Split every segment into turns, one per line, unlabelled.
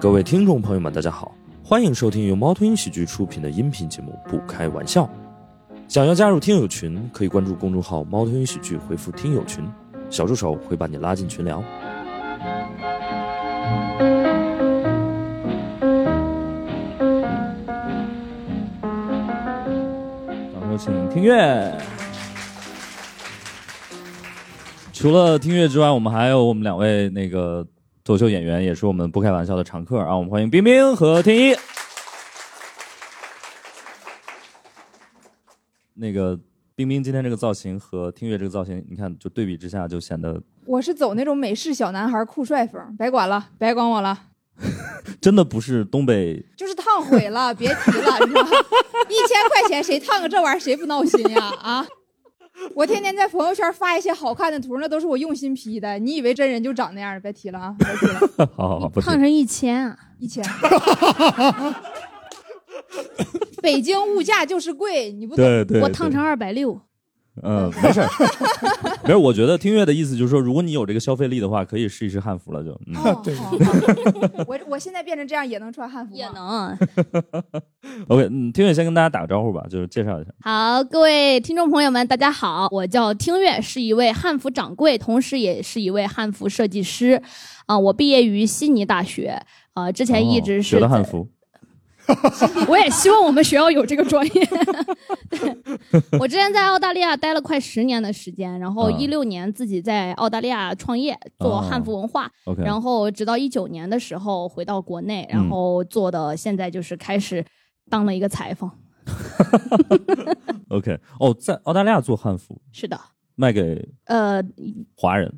各位听众朋友们，大家好，欢迎收听由猫头鹰喜剧出品的音频节目《不开玩笑》。想要加入听友群，可以关注公众号“猫头鹰喜剧”，回复“听友群”，小助手会把你拉进群聊。掌声请听乐。
除了听乐之外，我们还有我们两位那个脱口秀演员，也是我们不开玩笑的常客啊。我们欢迎冰冰和天一。那个冰冰今天这个造型和听乐这个造型，你看就对比之下就显得
我是走那种美式小男孩酷帅风，别管了，别管我了，
真的不是东北。
就是烫毁 了，别提了，你知道吗？一千块钱谁烫个这玩意儿，谁不闹心呀？啊！我天天在朋友圈发一些好看的图，那都是我用心 P 的。你以为真人就长那样？别提了啊，别提了，
好好好，不是
胖成一千啊！
一千。北京物价就是贵，你不懂。
对对，
我烫
对
成二百六，
嗯，没事儿， 没事儿。我觉得听乐的意思就是说，如果你有这个消费力的话，可以试一试汉服了就。嗯，
哦，
对
好好我我现在变成这样也能穿汉服吗，
也能。
OK，嗯，听乐先跟大家打个招呼吧，就是介绍一下。
好，各位听众朋友们，大家好，我叫听月，是一位汉服掌柜，同时也是一位汉服设计师。啊、我毕业于悉尼大学，啊，之前一直
哦
是、
学的汉服。
我也希望我们学校有这个专业。 对，我之前在澳大利亚待了快十年的时间，然后
嗯
一六年自己在澳大利亚创业
哦
做汉服文化，
OK，
然后直到一九年的时候回到国内，
嗯
然后做的现在就是开始当了一个裁缝。
OK，哦，在澳大利亚做汉服
是的，
卖给
呃，
华人。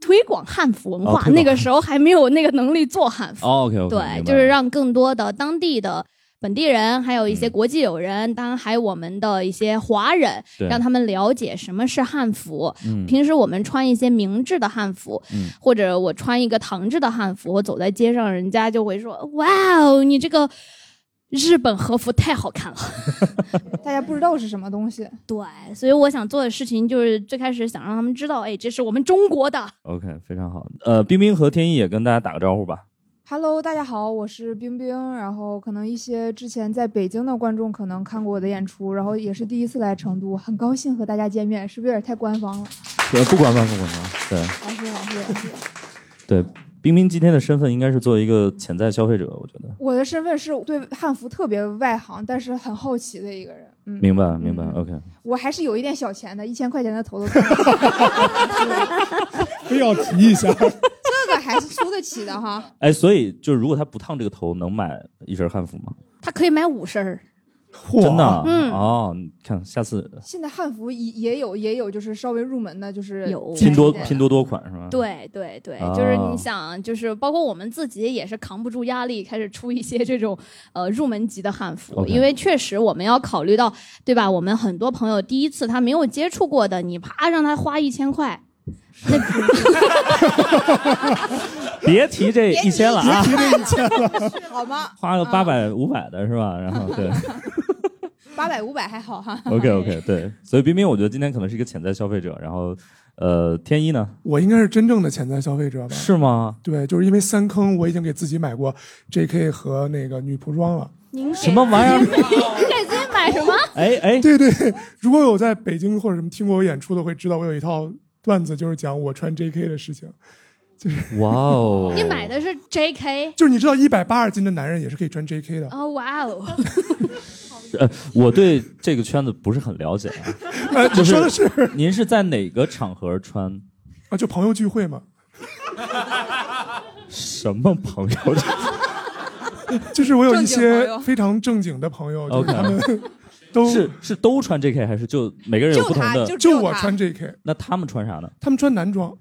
推广汉服文
哦推
化，
广
那个时候还没有那个能力做汉服，
哦、OK OK，
对，就是让更多的当地的。本地人，还有
嗯
一些国际友人，当然还有我们的一些华人，
对
让他们了解什么是汉服。
嗯
平时我们穿一些明制的汉服，
嗯
或者我穿一个唐制的汉服，我走在街上，人家就会说：“哇哦，你这个日本和服太好看了。”
大家不知道是什么东西。
对，所以我想做的事情就是最开始想让他们知道，哎，这是我们中国的。
OK 非常好。呃，冰冰和天一也跟大家打个招呼吧。
Hello，大家好，我是冰冰。然后可能一些之前在北京的观众可能看过我的演出，然后也是第一次来成都，很高兴和大家见面，是不是有点太官方了？
呃，不管不管不管不管，对
老师，老师，老师，
对，冰冰今天的身份应该是作为一个潜在消费者，我觉得。
我的身份是对汉服特别外行，但是很好奇的一个人。嗯，
明白明白，OK，
我还是有一点小钱的，一千块钱的头都看不起
非要提一下，
这个还是出得起的哈。
哎，所以就是如果他不烫这个头，能买一身汉服吗？
他可以买五身儿，
真的啊？
嗯
哦，你看下次
现在汉服也也有也有，就是稍微入门的，就是
有
拼多
便宜点
拼多多款是吧？，
对对对，
啊
就是你想，就是包括我们自己也是扛不住压力，开始出一些这种呃入门级的汉服
OK
因为确实我们要考虑到，对吧？我们很多朋友第一次他没有接触过的，你啪让他花一千块， 那
别提这一千了啊，
的好吗？
花个八
嗯
百五百的是吧？然 后对。
八百五百还好哈。
OK OK，对，所以冰冰，我觉得今天可能是一个潜在消费者。然后，呃，天一呢？
我应该是真正的潜在消费者吧？
是吗？
对，就是因为三坑，我已经给自己买过 J.K. 和那个女仆装了。
您
什么玩意儿？
给自己买什么？
哎哎，
对对，如果有在北京或者什么听过我演出的，会知道我有一套段子，就是讲我穿 J.K. 的事情。
哇哦！
你买的是 JK。
就是你知道，一百八十斤的男人也是可以穿 J.K. 的。
哦，哇哦！
我对这个圈子不是很了解、啊。
哎，
就是
你说的是
您是在哪个场合穿？
啊，就朋友聚会嘛，
什么朋友？
就是我有一
正经朋
些
友
非常正经的朋友，就是
OK
他 们都
是是都穿 JK 还是就每个人有
就
不同
他，
的？
就只
就
有
我
他
穿 J.K.，
那他们穿啥呢？
他们穿男装。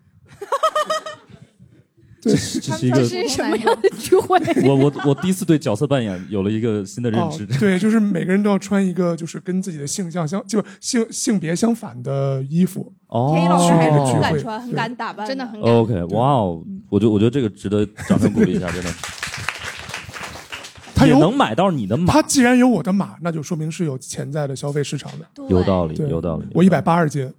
对，
这是一个
他
这
们
是什么样的 聚会？
我我我第一次对角色扮演有了一个新的认
哦
知。，
对，就是每个人都要穿一个就是跟自己的性向相就性性别相反的衣服。
哦，
天一老师还是很
聚
敢
会
穿，很
对
敢打扮，
真的很感
OK，哇哦！我觉得我觉得这个值得掌声鼓励一下，真的。
他
也
有
能买到你的码
他，既然有我的码，那就说明是有潜在的消费市场的。
对
有道理，
对
有道理。
我一百八十斤，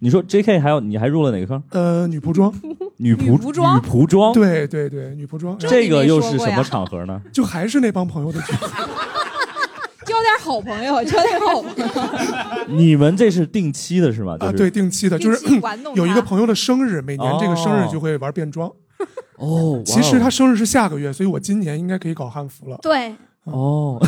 你说 J.K. 还有你还入了哪个坑？
呃，女仆装，
女
女
仆
仆装
女仆装，
对对对，女仆装，然后
这个又是
这你没说过
什么
呀
场合呢？
就还是那帮朋 友的聚会，
交点好朋友，交点好朋友，
你们这是定期的是吗？就是、
啊，对，定期的，就
定
是
期 玩弄他
有一个朋友的生日，每年这个生
哦
日就会玩变装。
哦，哇哦
其实他生日是下个月，所以我今年应该可以搞汉服了。
对，
哦，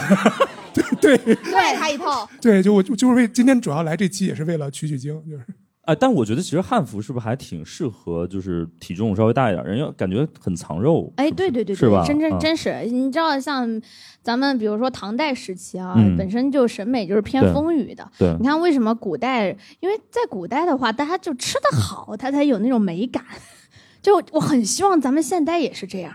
卖他一 套。
对，就我就就是为今天主要来这期也是为了取取经，就是
哎，但我觉得其实汉服是不是还挺适合，就是体重稍微大一点儿人，要感觉很藏肉。
哎，
是不是
对对对
是吧？
对，真真
嗯
真是，你知道像咱们比如说唐代时期啊
嗯，
本身就审美就是偏
对
丰腴的。
对
你看为什么古代？因为在古代的话，大家就吃
嗯
得好，它才有那种美感。 就我很希望咱们现代也是这样，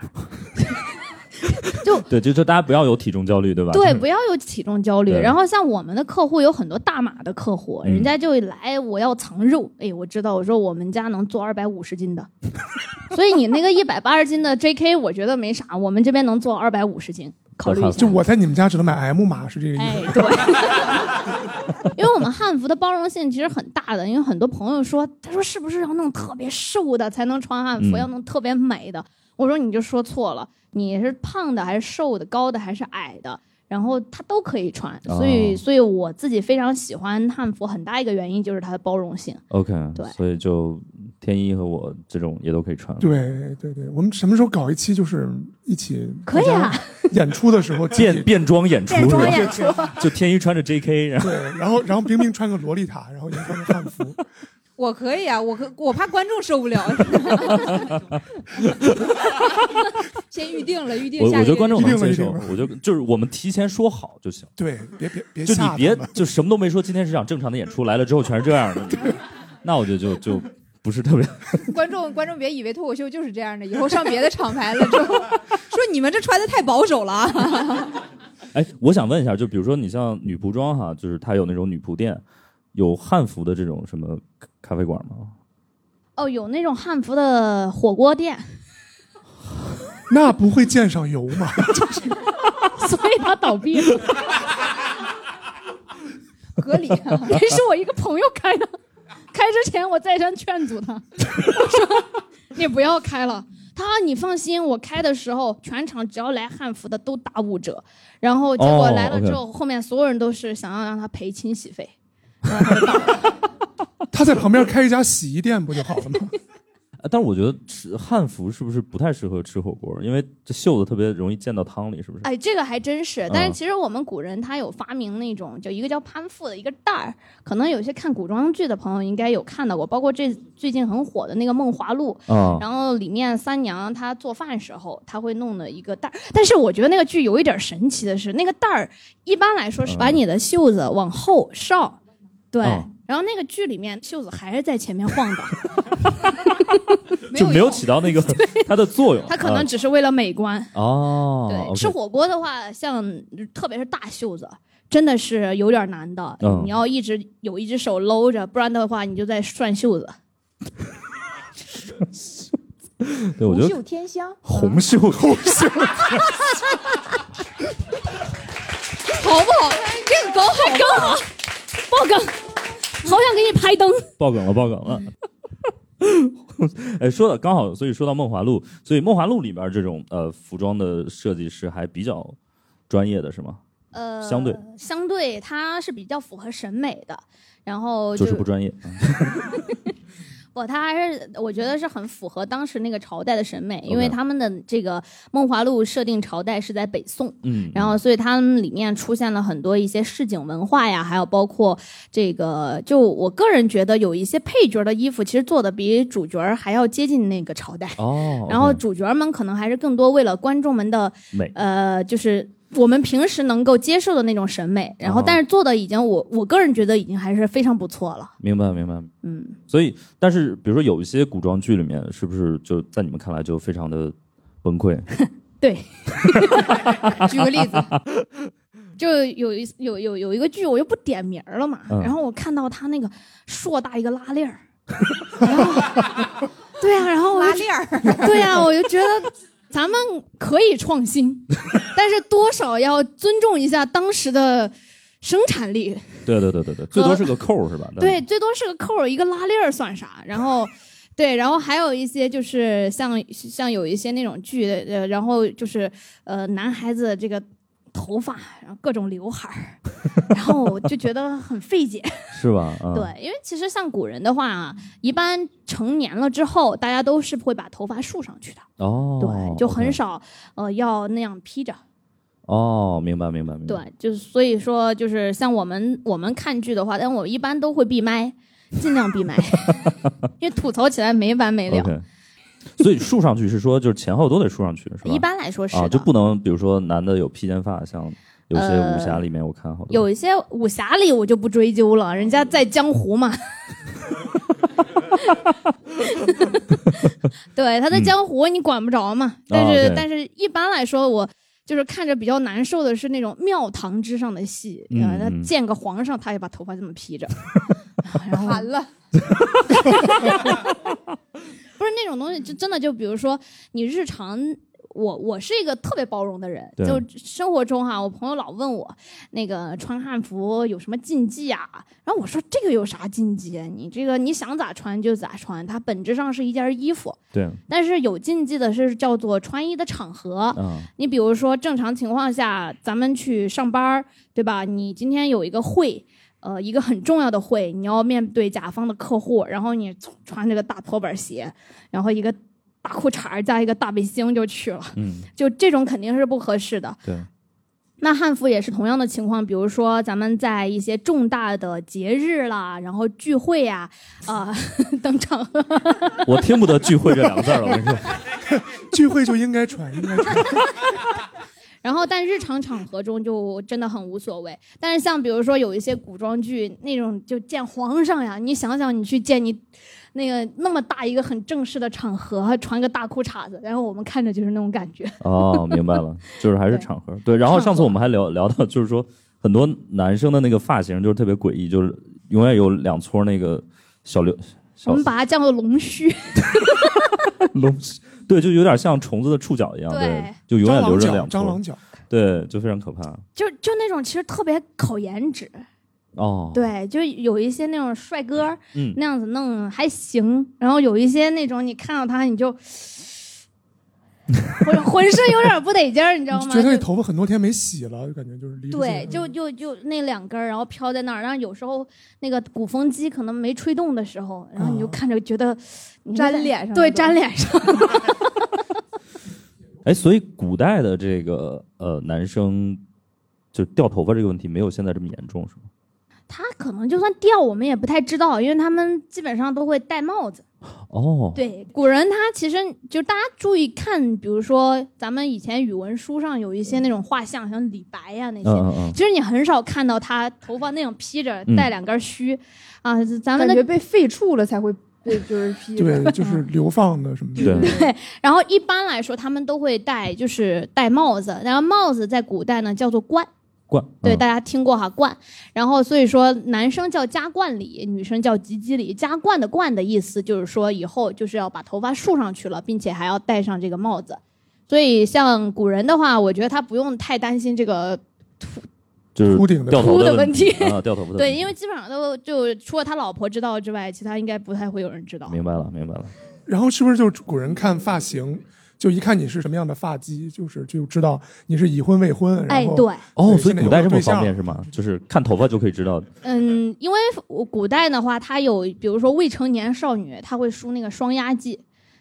对，就就大家不要有体重焦虑，对吧？嗯
对，不要有体重焦虑。
对
然后像我们的客户有很多大码的客户，
嗯
人家就来我要藏肉，哎，我知道，我说我们家能做二百五十 斤的，所以你那个一百八十斤的 JK，我觉得没啥，我们这边能做二百五十斤，考虑一下
就。我在你们家只能买 M 码，是这个意
哎
思。，
对， 因为我们汉服的包容性其实很大的，因为很多朋友说，他说是不是要弄特别瘦的才能穿汉服，
嗯
要弄特别美的？我说你就说错了，你是胖的还是瘦的，高的还是矮的？然后它都可以穿，所以、
哦
所以我自己非常喜欢汉服，很大一个原因就是它的包容性。
OK，
对
所以就天一和我这种也都可以穿。
对对对，我们什么时候搞一期就是一起
可以啊，
演出的 时候集
变
体
变装演出
变装
是吧
演出，
就天一穿着 JK，然后
对，然后然后冰冰穿个洛丽塔，然后你穿个汉服，
我可以啊，我可我怕观众受不了。先预定了，预定
我
下个
我觉得
月
观众
一定
能接
一定
受，我觉得就是我们提前说好就行，
对，别别别
就你
吓
别
他们
就什么都没说，今天是场正常的演出，来了之后全是这样 的，那我觉得就就不是特别
观众观众别以为脱口秀就是这样的，以后上别的厂牌了之后， 说你们这穿的太保守了 啊。
哎，我想问一下，就比如说你像女仆装哈，就是它有那种女仆店，有汉服的这种什么咖啡馆吗？
哦，有那种汉服的火锅店，
那不会溅上油吗？
所以它倒闭了。
合 理、啊。
这是我一个朋友开的， 开之前我再三劝阻他， 我说你不要开了。他说你放心，我开的时候全场只要来汉服的都打五折，然后结果
哦
来了
OK 嗯
之后，后面所有人都是想要让他赔清洗费。
他在旁边开一家洗衣店不就好了 吗？
啊但是我觉得吃汉服是不是不太适合吃火锅，因为这袖子特别容易溅到汤里，是不是？
哎，这个还真是
嗯，
但是其实我们古人他有发明那种，就一个叫攀附的一个袋儿，可能有些看古装剧的朋友应该有看到过，包括这最近很火的那个《梦华录》，
啊，
然后里面三娘她做饭时候，她会弄的一个袋儿，但是我觉得那个剧有一点神奇的是，那个袋儿一般来说是把你的袖子往后稍，对，
嗯
然后那个剧里面袖子还是在前面晃 的，
就没有
用
起到 那个它的作用。
它可能
啊
只是为了美观。
哦，
对，
OK
吃火锅的话，像特别是大袖子。真的是有点难的，
嗯
你要一直有一只手搂着，不然的话你就在涮袖子。
对，我觉
红
得
袖添香，
嗯
红 袖红袖，
好不好？这个梗好吗，
更好，爆梗，好想给你拍灯。
爆梗了，爆梗 了。哎，说到刚好，所以说到《梦华录》，所以《梦华录》里边这种呃服装的设计师还比较专业的是吗？
呃，
相对
相对它是比较符合审美的，然后
就
就是
不专业。
不，它还是我觉得是很符合当时那个朝代的审美，因
OK
为他们的这个《梦华录》设定朝代是在北宋。
嗯，
然后，所以他们里面出现了很多一些市井文化呀，还有包括这个，就我个人觉得有一些配角的衣服，其实做的比主角儿还要接近那个朝代。
哦，
然后
OK
主角们可能还是更多为了观众们的
美
呃，就是我们平时能够接受的那种审美，然后
哦
但是做的已经我我个人觉得已经还是非常不错了，
明白明白。
嗯，
所以，但是比如说有一些古装剧里面，是不是就在你们看来就非常的崩 溃？
对，
嗯
举个例 子，
就有一有有有一个剧我就不点名儿了嘛，
嗯
然后我看到他那个硕大一个拉链儿， 然后对呀、然后我
拉
就
链儿，
对呀、我就觉得咱们可以创新，但是多少要尊重一下当时的生产力。
对对对对对，最多是个扣儿是吧？
对，最多是个扣儿，一个拉链儿算啥？然后对，然后还有一些就是像像有一些那种剧，呃，然后就是呃，男孩子这个头发，然后各种刘海儿，然后我就觉得很费解。
是吧？啊、
对，，因为其实像古人的话啊，一般成年了之后，大家都是会把头发束上去的，
哦，
对，就很
OK
少呃要那样披着。
哦，明白明白明白。
对，就是所以说，就是像我们我们看剧的话，但我一般都会闭麦，尽量 闭麦，因为吐槽起来没完没了。
OK，所 以竖上去是说就是前后都得竖上去，是吧？
一般来说是的，
啊，就不能比如说男的有披肩发，像有些武侠里面我看好多、
呃有一些武侠里我就不追究了，人家在江湖嘛。 对，
嗯
他在江湖你管不着
啊
嘛。但是、
对
但是一般来说，我就是看着比较难受的是那种庙堂之上的戏，
嗯
啊，他
嗯
见个皇上，他也把头发这么披着， 然后
完了，
不是那种东西，就真的就比如说你日常。我我是一个特别包容的人，
对
就生活中哈、我朋友老问我那个穿汉服有什么禁忌啊？然后我说这个有啥禁忌？啊你这个你想咋穿就咋穿，它本质上是一件衣服，
对，
但是有禁忌的是叫做穿衣的场合。
嗯
你比如说正常情况下，咱们去上班儿，对吧？你今天有一个会。呃，一个很重要的会，你要面对甲方的客户，然后你穿这个大拖板鞋，然后一个大裤衩儿加一个大背心就去了，
嗯，
就这种肯定是不合适的。
对，
那汉服也是同样的情况，比如说咱们在一些重大的节日啦，然后聚会呀、啊， 等场合
我听不得聚会这两个字儿了，我跟你 说，
聚会就应该穿，应该穿。
然后，但日常场合中就真的很无所谓。但是像比如说有一些古装剧那种，就见皇上呀，你想想，你去见你那个那么大一个很正式的场合，还穿个大裤衩子，然后我们看着就是那种感觉。
哦，明白了，就是还是
对
场合对。然后
场
上次
合
我们还聊聊到，就是说很多男生的那个发型就是特别诡异，就是永远有两撮那个小刘
我
小
们把它叫做龙须，
龙，对，就有点像虫子的触角一样，对
对，
就永
蟑
远留
螂
着
脚，
两
蟑
撮
螂，脚，
对，就非常可怕。
就就那种其实特别考颜值。
哦，，
对，就有一些那种帅哥
嗯，
那样子弄还行，然后有一些那种你看到他你就。 浑浑身有点不得劲儿，你知道
就
吗？
觉得那
就
头发很多天没洗了，就感觉就是离不
对，
近
就就就那两根儿，然后飘在那儿。然后有时候那个鼓风机可能没吹动的时候，然后你就
啊
看着觉得你就在
粘，脸上了
对，
都
粘脸上。
哎，所以古代的这个呃男生就掉头发这个问题没有现在这么严重，是吗？
他可能就算掉，我们也不太知道，因为他们基本上都会戴帽子。
哦，
对，古人他其实就大家注意看，比如说咱们以前语文书上有一些那种画像，像李白呀、那些。
嗯嗯嗯，
其实你很少看到他头发那种披着
嗯，
带两根须，啊，咱们
感
的
觉被废黜了才会被就是批着。
对，就是流放的什么的。
对
然后一般来说，他们都会戴，就是戴帽子。然后帽子在古代呢叫做冠，
冠
对、
嗯
大家听过哈冠。然后所以说，男生叫加冠礼，女生叫及笄礼。加冠的冠的意思就是说，以后就是要把头发束上去了，并且还要戴上这个帽子。所以像古人的话，我觉得他不用太担心这个
就是
秃顶的
掉头
秃的
问
问题。
啊，掉头发的问
对，
题
因为基本上都就除了他老婆知道之外，其他应该不太会有人知道。
明白了明白了，
然后是不是就是古人看发型，就一看你是什么样的发髻，就是就知道你是已婚未婚。
哎，
然后
对，
哦，
对
所以
现在
古
有
代
个
这么
对
方
象
便是吗？就是看头发就可以知道，
嗯，因为我古代的话，它有比如说未成年少女，她会梳那个双压髻，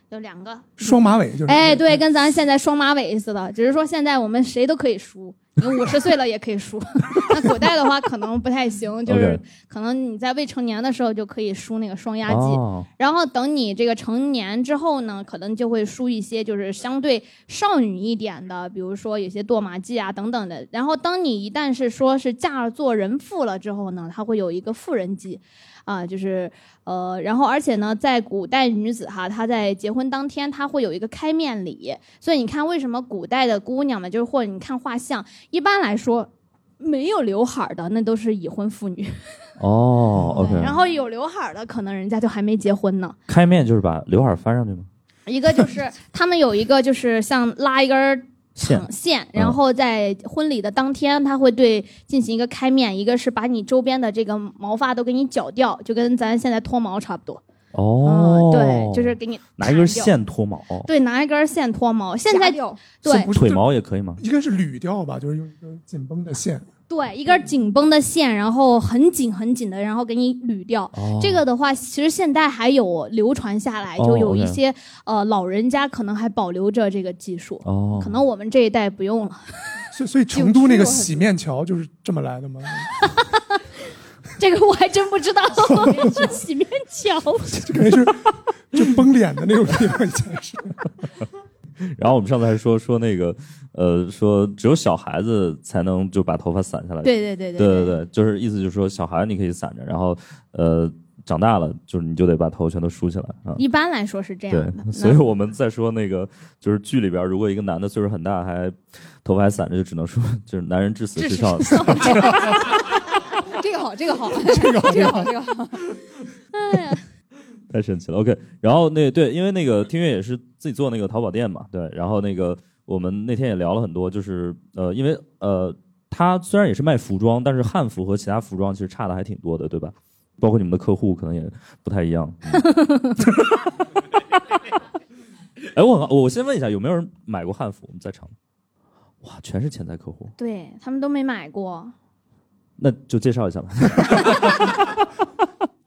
有两个。
双马尾就是。
哎，对，，跟咱现在双马尾似的，只是说现在我们谁都可以梳，你五十岁了也可以梳。 那古代的话可能不太行，就
OK
是可能你在未成年的时候就可以梳那个双压髻，
哦，
然后等你这个成年之后呢，可能就会梳一些就是相对少女一点的，比如说有些堕马髻啊等等的。然后当你一旦是说是嫁做人妇了之后呢，她会有一个妇人髻，啊，就是呃，然后而且呢，在古代女子哈，她在结婚当天她会有一个开面礼，所以你看为什么古代的姑娘们，就是或者你看画像，一般来说。没有刘海儿的那都是已婚妇女，
哦，OK，
嗯然后有刘海儿的可能人家就还没结婚呢。
开面就是把刘海翻上去吗？
一个就是他们有一个就是像拉一根儿
线嗯
长线，然后在婚礼的当天，他会对进行一个开面，一个是把你周边的这个毛发都给你绞掉，就跟咱现在脱毛差不多。
哦
嗯，，对，就是给你
拿一根
缠掉，
线脱毛，
对，拿一根线脱毛。现在
夹掉
是
对
不是
腿毛也可以吗？
应该是捋掉吧，就是用一根紧绷的线。
对，一根紧绷的线，然后很紧很紧的，然后给你捋掉。
哦，
这个的话，其实现在还有流传下来，
哦
就有一
OK
些、呃老人家可能还保留着这个技术，
哦，
可能我们这一代不用了。
所以所以成都那个洗面桥就是这么来的吗？
这个我还真不知道， 是洗面桥。
就感觉是就崩脸的那种地方，以前是。
然后我们上次还说说那个，呃，说只有小孩子才能就把头发散下来。
对对对对
对对对就是意思就是说，小孩你可以散着，然后呃，长大了就是你就得把头全都梳起来啊。
一般来说是这样的。
对，
那
所以我们再说那个，就是剧里边，如果一个男的岁数很大，还头发还散着，就只能说就是男人至死
至
是
死
少。
这个好，这个好，这个好，这个好，这个好。
太神奇了。OK，然后那对，因为那个听月也是自己做那个淘宝店嘛，对，然后那个我们那天也聊了很多，就是呃，因为呃，他虽然也是卖服装，但是汉服和其他服装其实差的还挺多的，对吧？包括你们的客户可能也不太一样。嗯哎，我很好我先问一下，有没有人买过汉服？我们在场，哇，全是潜在客户，
对他们都没买过。
那就介绍一下吧。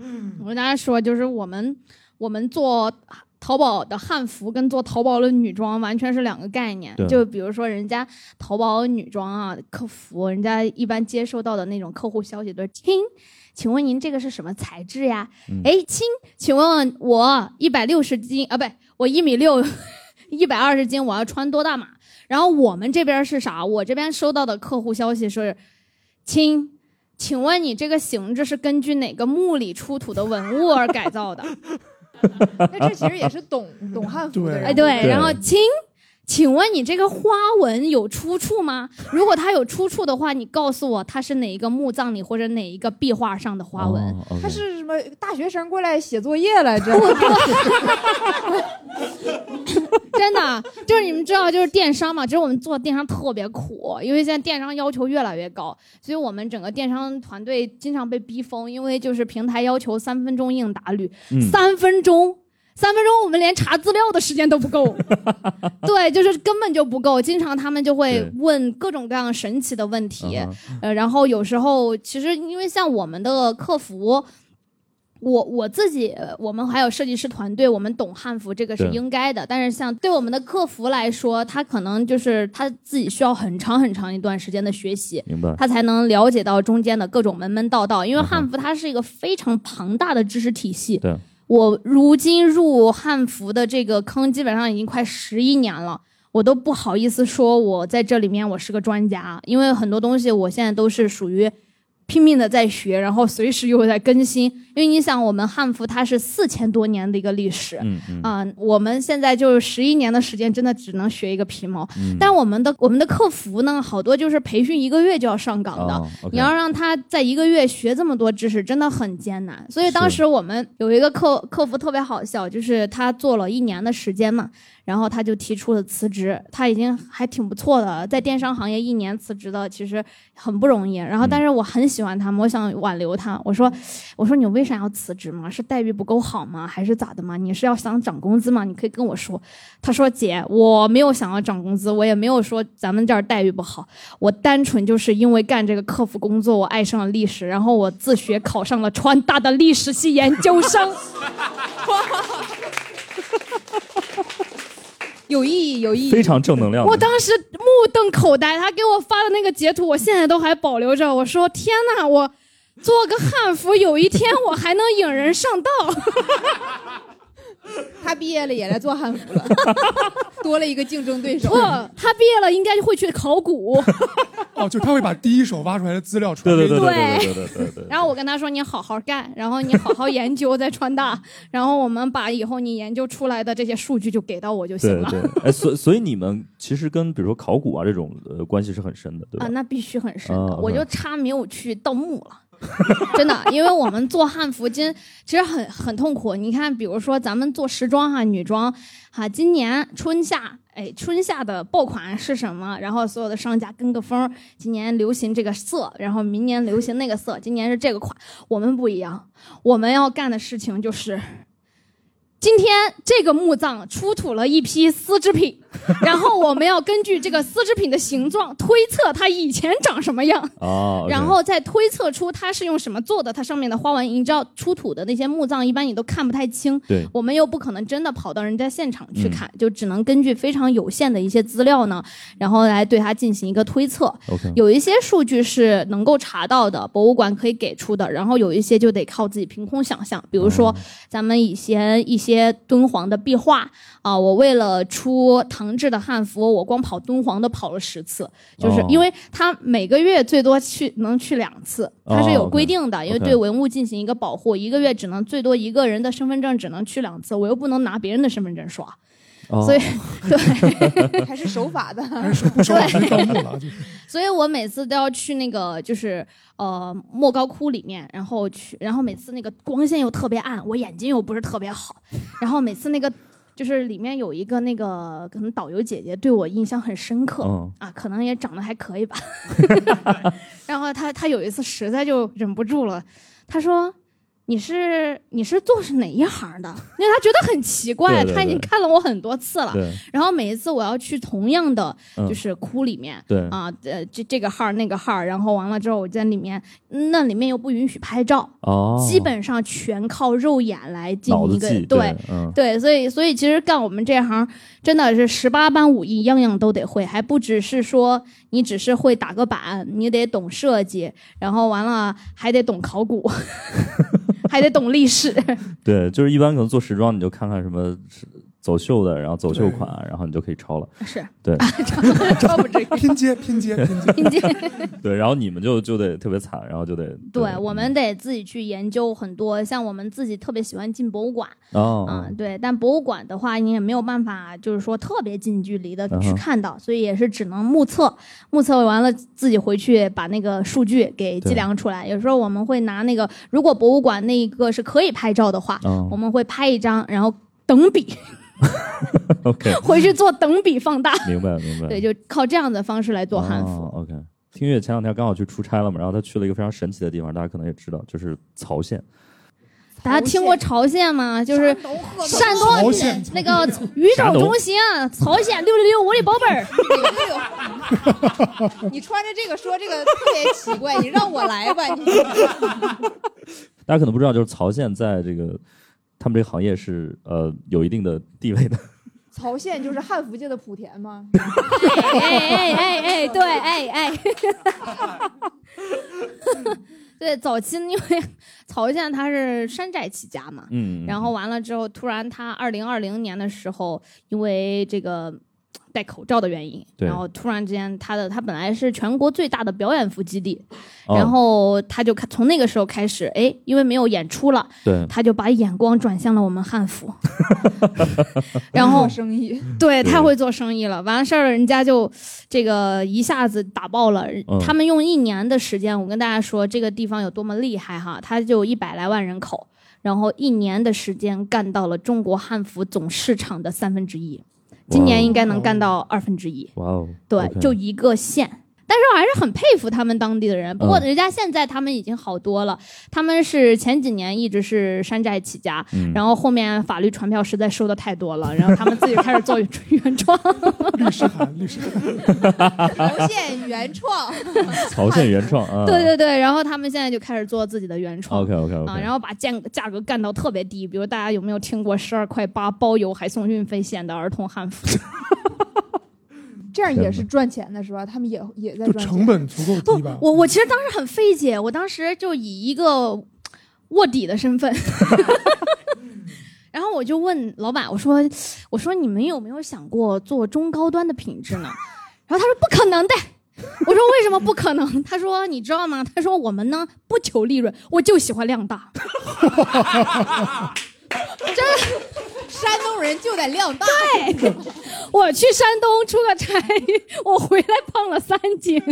嗯
我跟大家说，就是我们我们做淘宝的汉服跟做淘宝的女装完全是两个概念
对。
就比如说人家淘宝女装啊，客服，人家一般接收到的那种客户消息都是亲。请问您这个是什么材质呀
嗯？
哎、亲，请问我一百六十斤啊，不，我一米六， 一百二十斤，我要穿多大码？然后我们这边是啥？我这边收到的客户消息是，亲，请问你这个形制是根据哪个墓里出土的文物而改造的？
那这其实也是懂懂汉服的人，
对
哎，对，
对
然后亲。请问你这个花纹有出处吗？如果它有出处的话，你告诉我它是哪一个墓葬里或者哪一个壁画上的花纹。
哦，OK
他是什么大学生过来写作业了？这
真的，啊就是你们知道，就是电商嘛，其实我们做电商特别苦，因为现在电商要求越来越高，所以我们整个电商团队经常被逼疯，因为就是平台要求三分钟应答率，
嗯
三分钟。三分钟，我们连查资料的时间都不 够，对，就是根本就不够。经常他们就会
对
问各种各样神奇的问题，
嗯哼
呃，然后有时候其实因为像我们的客服，我我自己，呃我们还有设计师团队，我们懂汉服这个是
对
应该的。但是像对我们的客服来说，他可能就是他自己需要很长很长一段时间的学习，
明白。
他才能了解到中间的各种门门道道。因
嗯
为
嗯哼
汉服它是一个非常庞大的知识体系。
对，
我如今入汉服的这个坑，基本上已经快十一年了。我都不好意思说，我在这里面我是个专家，因为很多东西我现在都是属于拼命的在学，然后随时又在更新。因为你想，我们汉服它是四千多年的一个历史，
嗯嗯
啊、我们现在就是十一年的时间，真的只能学一个皮毛。但我们的我们的客服呢，好多就是培训一个月就要上岗的。
哦，OK
你要让他在一个月学这么多知识，真的很艰难。所以当
是
时我们有一个客客服特别好笑，就是他做了一年的时间嘛，然后他就提出了辞职。他已经还挺不错的了，在电商行业一年辞职的其实很不容易。然后，但是我很喜欢他们，我想挽留他。我说，我说你为啥要辞职嘛？是待遇不够好吗？还是咋的嘛？你是要想涨工资吗？你可以跟我说。他说姐，我没有想要涨工资，我也没有说咱们这儿待遇不好，我单纯就是因为干这个客服工作，我爱上了历史，然后我自学考上了川大的历史系研究 生。
有意义，有意义。
非常正能量的。
我当时目瞪口呆，他给我发的那个截图，我现在都还保留着。我说天哪，我做个汉服，有一天我还能引人上道。
他毕业了也来做汉服了，多了一个竞争对手
不。，他毕业了应该就会去考古。
哦，就他会把第一手挖出来的资料传
对
给
对
你。
对对对
对
对对对。
然后我跟他说：“你好好干，然后你好好研究在川大，然后我们把以后你研究出来的这些数据就给到我就行
对
了。
对，哎，所所以你们其实跟比如说考古啊这种呃关系是很深的，对吧？
啊，那必须很深的，
啊
我就差没有去盗墓了。 真的，因为我们做汉服今其实很很痛苦。你看，比如说咱们做时装哈、女装哈、今年春夏，哎，春夏的爆款是什么？然后所有的商家跟个风，今年流行这个色，然后明年流行那个色，今年是这个款。我们不一样，我们要干的事情就是今天这个墓葬出土了一批丝织品， 然后我们要根据这个丝织品的形状推测它以前长什么样。
哦，
然后再推测出它是用什么做的，它上面的花纹，你知道出土的那些墓葬一般你都看不太清，
对
我们又不可能真的跑到人家现场去看，就只能根据非常有限的一些资料呢，然后来对它进行一个推测。
OK
有一些数据是能够查到的，博物馆可以给出的，然后有一些就得靠自己凭空想象，比如
哦
说咱们以前一些敦煌的壁画啊、我为了出唐制的汉服，我光跑敦煌都跑了十次，就是
哦
因为它每个月最多去能去两次，它是
哦
有
，OK
规定的，因为
OK
对文物进行一个保护，一个月只能最多一个人的身份证只能去两次，我又不能拿别人的身份证刷，
哦
所以对，
还是守法的。
还是不收我们盗墓了，啊就是
所以我每次都要去那个就是呃莫高窟里面，然后去，然后每次那个光线又特别暗，我眼睛又不是特别好，然后每次那个。就是里面有一个那个可能导游姐姐对我印象很深刻，
嗯
啊，可能也长得还 可以吧。然后他他有一次实在就忍不住了，他说：“你是你是做是哪一行的？”因为他觉得很奇怪，
对对
他已经
对
看了我很多次了。
对
然后每一次我要去同样的
嗯
就是窟里面，
对
啊，呃，这这个号儿那个号儿，然后完了之后我在里面，那里面又不允许拍照，
哦，
基本上全靠肉眼来进
脑
一
子
个
记
对。
嗯
对，所以所以其实干我们这行真的是十八般武艺，样样都得会，还不只是说你只是会打个板，你得懂设计，然后完了还得懂考古， 还得懂历史。
对，就是一般可能做时装，你就看看什么是走秀的，然后走秀款，然后你就可以抄了。
是，
对
啊
这不至于。
拼接拼接拼接，
对，然后你们就就得特别惨，然后就得
对我们得自己去研究很多，像我们自己特别喜欢进博物馆，
哦
嗯，对，但博物馆的话，你也没有办法，就是说特别近距离的
嗯
去
哼
看到，所以也是只能目测，目测完了自己回去把那个数据给计
对
量出来。有时候我们会拿那个，如果博物馆那一个是可以拍照的话，
嗯
我们会拍一张，然后等比
OK，
回去做等比放大，
明白明白。
对，就靠这样的方式来做汉服。
哦 OK，听月前两天刚好去出差了嘛，然后他去了一个非常神奇的地方，大家可能也知道，就是曹县。
大家听过潮县吗？就是
山东鹤
山
曹
东
县
那个宇宙中心啊，曹县六六六，我的宝贝儿。
有有，你穿着这个说这个特别奇怪，你让我来吧，你
大家可能不知道，就是曹县在这个他们这个行业是呃有一定的地位的。
曹县就是汉服界的莆田吗？
哎哎哎哎，对，哎哎。 对，早期因为 曹县他是山寨起家嘛，
嗯，
然后完了之后，突然他二零二零年的时候，因为这个戴口罩的原因，
对
然后突然之间他的他本来是全国最大的表演服基地，
哦
然后他就看从那个时候开始，哎，因为没有演出了，
对
他就把眼光转向了我们汉服，然后
做生意，
对，
对
太会做生意了。完事儿，人家就这个一下子打爆了。
嗯
他们用一年的时间，我跟大家说这个地方有多么厉害哈，它就一百来万人口，然后一年的时间干到了中国汉服总市场的三分之一，今年应该能干到二分之一。
哇哦，
对
OK
就一个县。但是我还是很佩服他们当地的人，不过
嗯
人家现在他们已经好多了。他们是前几年一直是山寨起家，
嗯
然后后面法律传票实在收的太多了，然后他们自己开始做 原创。
嗯
律师函律师函，
曹县原创，
曹县原创啊，
对对对，然后他们现在就开始做自己的原创。
，OK OK OK，
啊，然后把价价格干到特别低，比如大家有没有听过十二块八包邮还送运费险的儿童汉服？
这样也是赚钱的是吧？他们也也在
就
赚钱，
成本足够
不
低吧，？
我我其实当时很费解，我当时就以一个卧底的身份，然后我就问老板，我说我说你们有没有想过做中高端的品质呢？然后他说不可能的。我说为什么不可能？他说你知道吗？他说我们呢不求利润，我就喜欢量大。
山东人就得量大，
我去山东出个差， 我回来胖了三斤。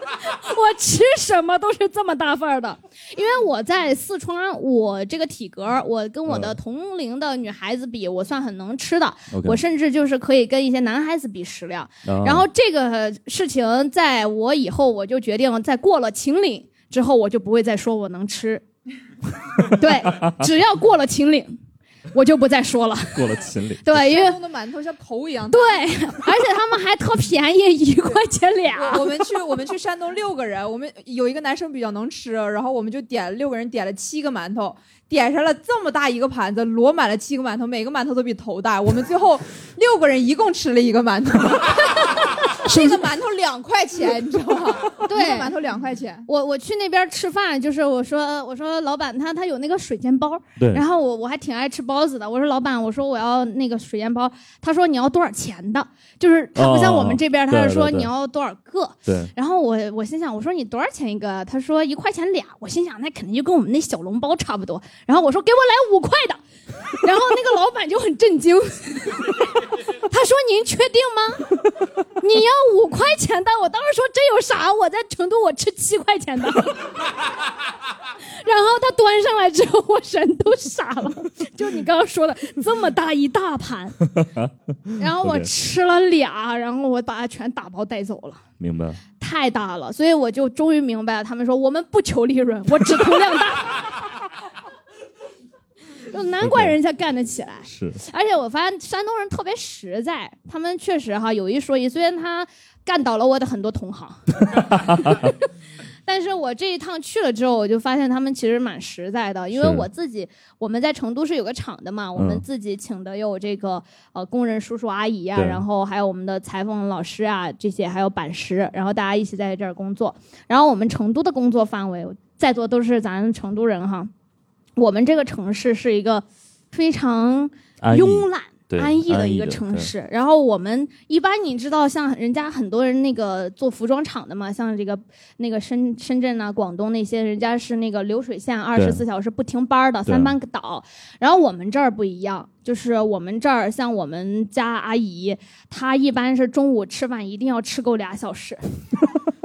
我吃什么都是这么大份儿的，因为我在四川，我这个体格儿，我跟我的
嗯
同龄的女孩子比，我算很能啊吃的。
OK
我甚至就是可以跟一些男孩子比食量。然后这个事情，在我以后我就决定，在过了秦岭 之后，我就不会再说我能吃。对，只要过了秦岭，我就不再说了。
过了秦岭。
对，因为
山东的馒头像头一样大
对，而且他们还特便宜， 一块钱俩
我。我们去我们去山东六个人，我们有一个男生比较能吃，然后我们就点六个人点了七个馒头，点上了这么大一个盘子，摞满了七个馒头，每个馒头都比头大。我们最 后六个人一共吃了一个馒头，这个馒头两块钱，你知道吗？
对
一个馒头两块钱。
我我去那边吃饭，就是我说我说老板他他有那个水煎包，
对
然后我我还挺爱吃包子的。我说老板，我说我要那个水煎包，他说你要多少钱的？就是他不像我们这边，
哦
他是
对
说
对对
你要多少个。
对，
然后我我心想，我说你多少钱一个？啊他说一块钱俩。我心想，那肯定就跟我们那小笼包差不多。然后我说给我来五块的， 然后那个老板就很震惊，他说您确定吗？你要五块钱的？我当时说这有啥？我在成都我吃七块钱的。然后他端上来之后，我人都傻了，就你刚刚说的这么大一大盘，然后我
OK
吃了俩，然后我把它全打包带走了。
明白。
太大了，所以我就终于明白了，他们说我们不求利润，我只图量大。就难怪人家干得起来，
是，
而且我发现山东人特别实在，他们确实哈有一说一，虽然他干倒了我的很多 同行，但是我这一趟去了之后，我就发现他们其实蛮实在的，因为
是
我自己我们在成都是有个厂的嘛，我们
嗯
自己请的有这个呃工人叔叔阿姨啊，
对
然后还有我们的裁缝老师啊这些，还有板师，然后大家一起在这儿工作。然后我们成都的工作范围，在座都是咱成都人哈，我们这个城市是一个非常
安逸
慵懒。
对
安逸的
安逸
一个
的
城
对
市，然后我们一般你知道，像人家很多人那个做服装厂的嘛，像这个那个深深圳啊、广东那些，人家是那个流水线二
对
十四小时不停班儿的，
对
三班倒。然后我们这儿不一样，就是我们这儿像我们家阿姨，她一般是中午吃饭一定要吃够俩小时，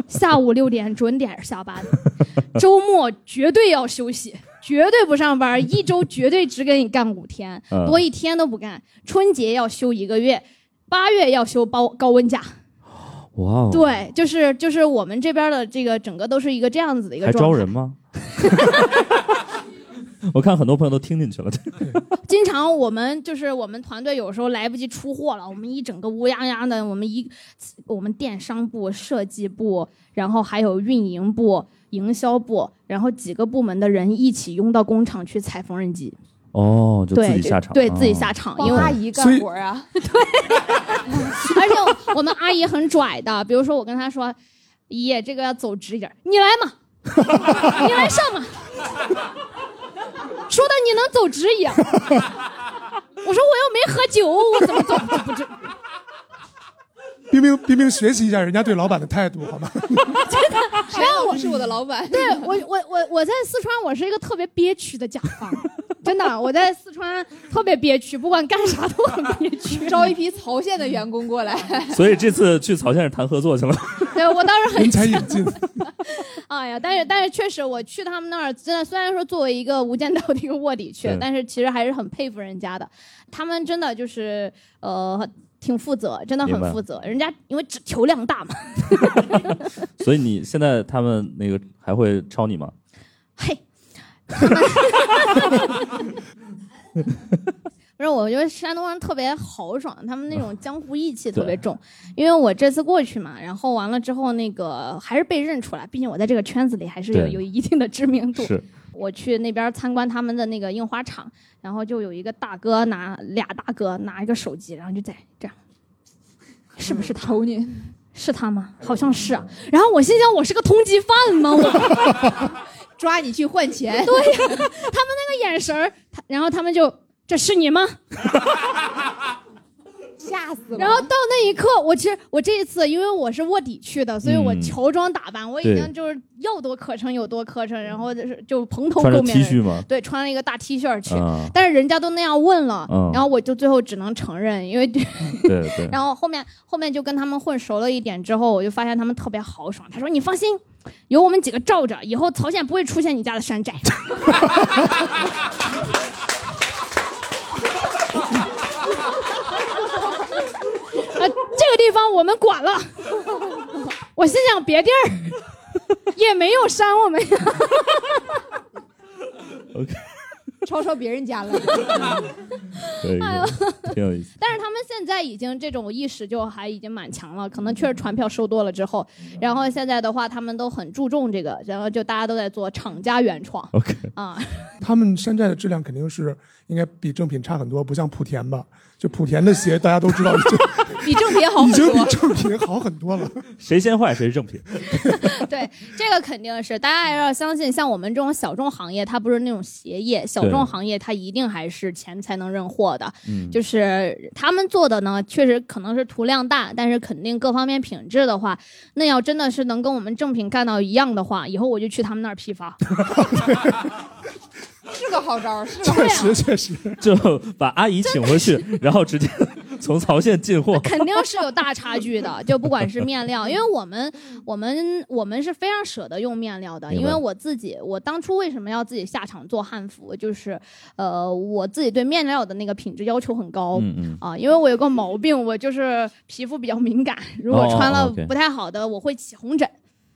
下午六点准点下班， 周末绝对要休息。绝对不上班，一周绝对只给你干五天，
嗯
多一天都不干。春节要休一个月，八月要休高高温假。
哇哦，
对，就是就是我们这边的这个整个都是一个这样子的一个
还
状
招
态。
人 吗？我看很多朋友都听进去了，
经常我们就是我们团队有时候来不及出货了，我们一整个乌泱泱的，我们一我们电商部、设计部，然后还有运营部、营销部，然后几个部门的人一起拥到工厂去裁缝纫机，
哦，就自
对
己
就
下场，
对
哦
自己下场，
帮
因为
阿姨
所
干
以
活啊，
而且我们阿姨很拽的，比如说我跟她说：“姨，这个要走直一点，你来嘛，你来上嘛。”说的你能走直一样。我说我又没喝酒，我怎么走就不直？
冰冰冰冰学习一下人家对老板的态度好吗？
谁让我是我的老板？
对我，我我我在四川，我是一个特别憋屈的甲方，真的，我在四川特别憋屈，不管干啥都很憋屈。
招一批曹县的员工过来，
所以这次去曹先生谈合作去 了，
对我当时很
人才引进，
哎呀，但是但是确实，我去他们那儿，真的虽然说作为一个无间道的一个卧底去
对，
但是其实还是很佩服人家的，他们真的就是呃。挺负责，真的
明白
很负责。人家因为只求量大嘛，
所以你现在他们那个还会抄你吗？
嘿。 不是，我觉得山东人特别豪爽，他们那种江湖义气特别重。因为我这次过去嘛，然后完了之后，那个还是被认出来，毕竟我在这个圈子里还是有
对
有一定的知名度。
是，
我去那边参观他们的那个印花厂，然后就有一个大哥拿俩大哥拿一个手机，然后就在这样，是不是他？
嗯瞅你，
是他吗？好像是啊。然后我心想，我是个通缉犯吗？我那
抓你去换钱。
个眼神儿，他然后他们就这是你吗？
吓死了！
然后到那一刻，我其实我这一次因为我是卧底去的，所以我
嗯
乔装打扮，我已
对
经就是要多磕碜有多磕碜，然后就是就蓬头
穿着
垢
T
面的，
恤吗？
对，穿了一个大 T 恤儿去。
啊，
但是人家都那样问了，
嗯
然后我就最后只能承认，因为
对对，
然后后面后面就跟他们混熟了一点之后，我就发现他们特别豪爽。他说：“你放心，有我们几个罩着，以后曹县不会出现你家的山寨。 啊，这个地方我们管了。我心想，别地儿也没有山，我们
抄抄别人家了，
可以，
哎
可以挺有意思。
但是他们现在已经这种意识就还已经蛮强了，可能确实传票收多了之后，然后现在的话他们都很注重这个，然后就大家都在做厂家原创
OK，
啊，
他们山寨的质量肯定是应该比正品差很多，不像莆田吧？就莆田的鞋，大家都知道已经
比正品好很
已经
多
比。正品好很多了。
谁先坏谁是正品。
对，这个肯定是大家要相信，像我们这种小众行业，它不是那种鞋业，小众行业它一定还是钱才能认货的。
嗯，
就是他们做的呢，确实可能是图量大，但是肯定各方面品质的话，那要真的是能跟我们正品干到一样的话，以后我就去他们那儿批发。
是个好招，是个好
确实，确实，
就把阿姨请回去，然后直接从曹县进 货。
肯定是有大差距 的，就不管是面料，因为我们我们我们是非常舍得用面料的，
嗯明
因
白
为我自己我当初为什么要自己下场做汉服，就是呃我自己对面料的那个品质要求很高。
嗯嗯，
啊，因为我有个毛病，我就是皮肤比较敏感，如果
哦
穿了
哦，OK
不太好的，我会起红疹。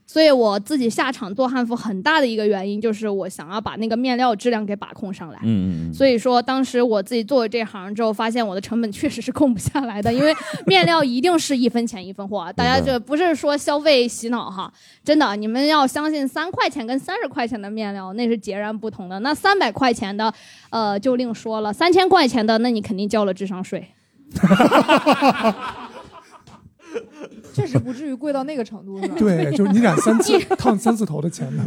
所以我自己下场做汉服，很大的一个原因就是我想要把那个面料质量给把控上来。
嗯嗯嗯，
所以说，当时我自己做了这行之后，发现我的成本确实是控不下来的，因为面料一定是一分钱一分货啊。大家
明白
这不是说消费洗脑哈，真的，你们要相信三块钱跟三十块钱的面料那是截然不同的。那三百块钱的，呃，就另说了；三千块钱的，那你肯定交了智商税。
确实不至于贵到那个程度，是 吧？
对，就你染三次烫三次头的钱呢？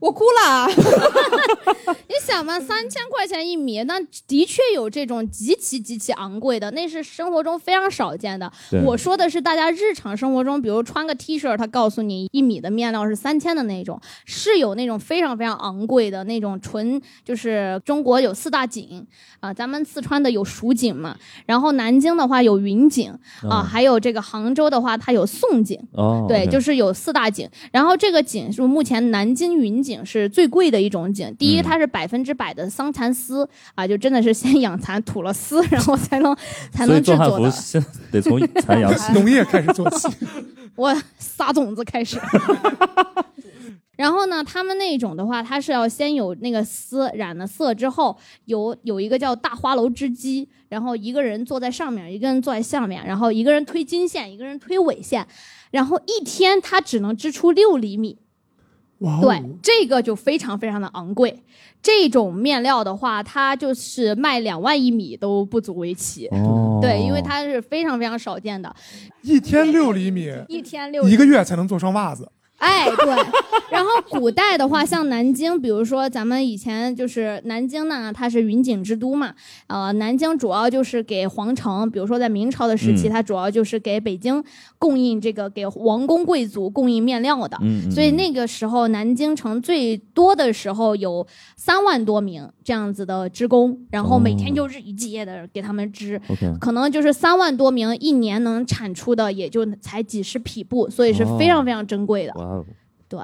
我哭了 啊，
你想嘛，三千块钱一米，那的确有这种极其极其昂贵的，那是生活中非常少见的。
对
我说的是大家日常生活中，比如穿个 T 恤，他告诉你一米的面料是三千的那种，是有那种非常非常昂贵的那种纯，就是中国有四大锦啊、咱们四川的有蜀锦嘛，然后南京的话有云锦啊、还有这个杭州的话它有宋锦，
嗯哦，
对，就是是有四大锦，然后这个锦是目前南京云锦是最贵的一种锦。第一，
嗯
它是百分之百的桑蚕丝啊，就真的是先 养蚕吐了丝，然后才能才
所以
能制
做汉
作
服
的。
先得从蚕养 起。
农业开始做起，
我 撒种子开始。 然后呢，他们那种的话，它是要先有那个丝染了色之后，有有一个叫大花楼织机，然后一个人坐在上面，一个人坐在下面，然后一个人推金线，一个人推纬线，然后一天它只能织出六厘米。
哇
对
哦，，
这个就非常非常的昂贵。这种面料的话，它就是卖两万一米都不足为奇。
哦
对，因为它是非常非常少见的，
一天六厘米，
一天六
一个月才能做双袜子。
哎，对。 然后古代的话，像南京，比如说咱们以前就是南京呢，它是云锦之都嘛。呃，南京主要就是给皇城，比如说在明朝的时期，
嗯
它主要就是给北京供应这个给王公贵族供应面料的。
嗯，嗯
所以那个时候南京城最多的时候有三万多名这样子的职工，然后每天就日以继夜的给他们织。
嗯 OK，
可能就是三万多名，一年能产出的也就才几十匹布，所以
哦
是非常非常珍贵的。
哇哦，
对，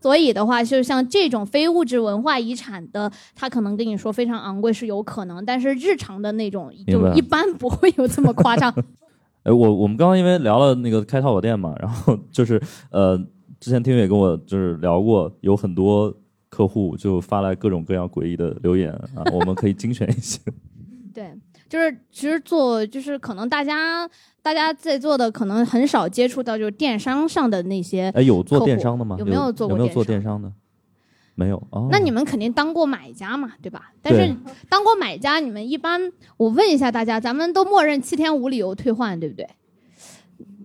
所以的话，就像这种非物质文化遗产的，他可能跟你说非常昂贵是有可能，但是日常的那种
明白
就一般不会有这么夸张。
哎，我我们刚刚因为聊了那个开淘宝店嘛，然后就是呃，之前听也跟我就是聊过，有很多客户就发来各种各样诡异的留言啊，我们可以精选一些。
对，就是其实做就是可能大家大家在座的可能很少接触到就是电商上的那些，
哎，有做电商的吗？
有没有做
有
过
没有
电
做
商
电商的？没有哦。
那你们肯定当过买家嘛，对吧？但是当过买家，你们一般我问一下大家，咱们都默认七天无理由退换，对不对？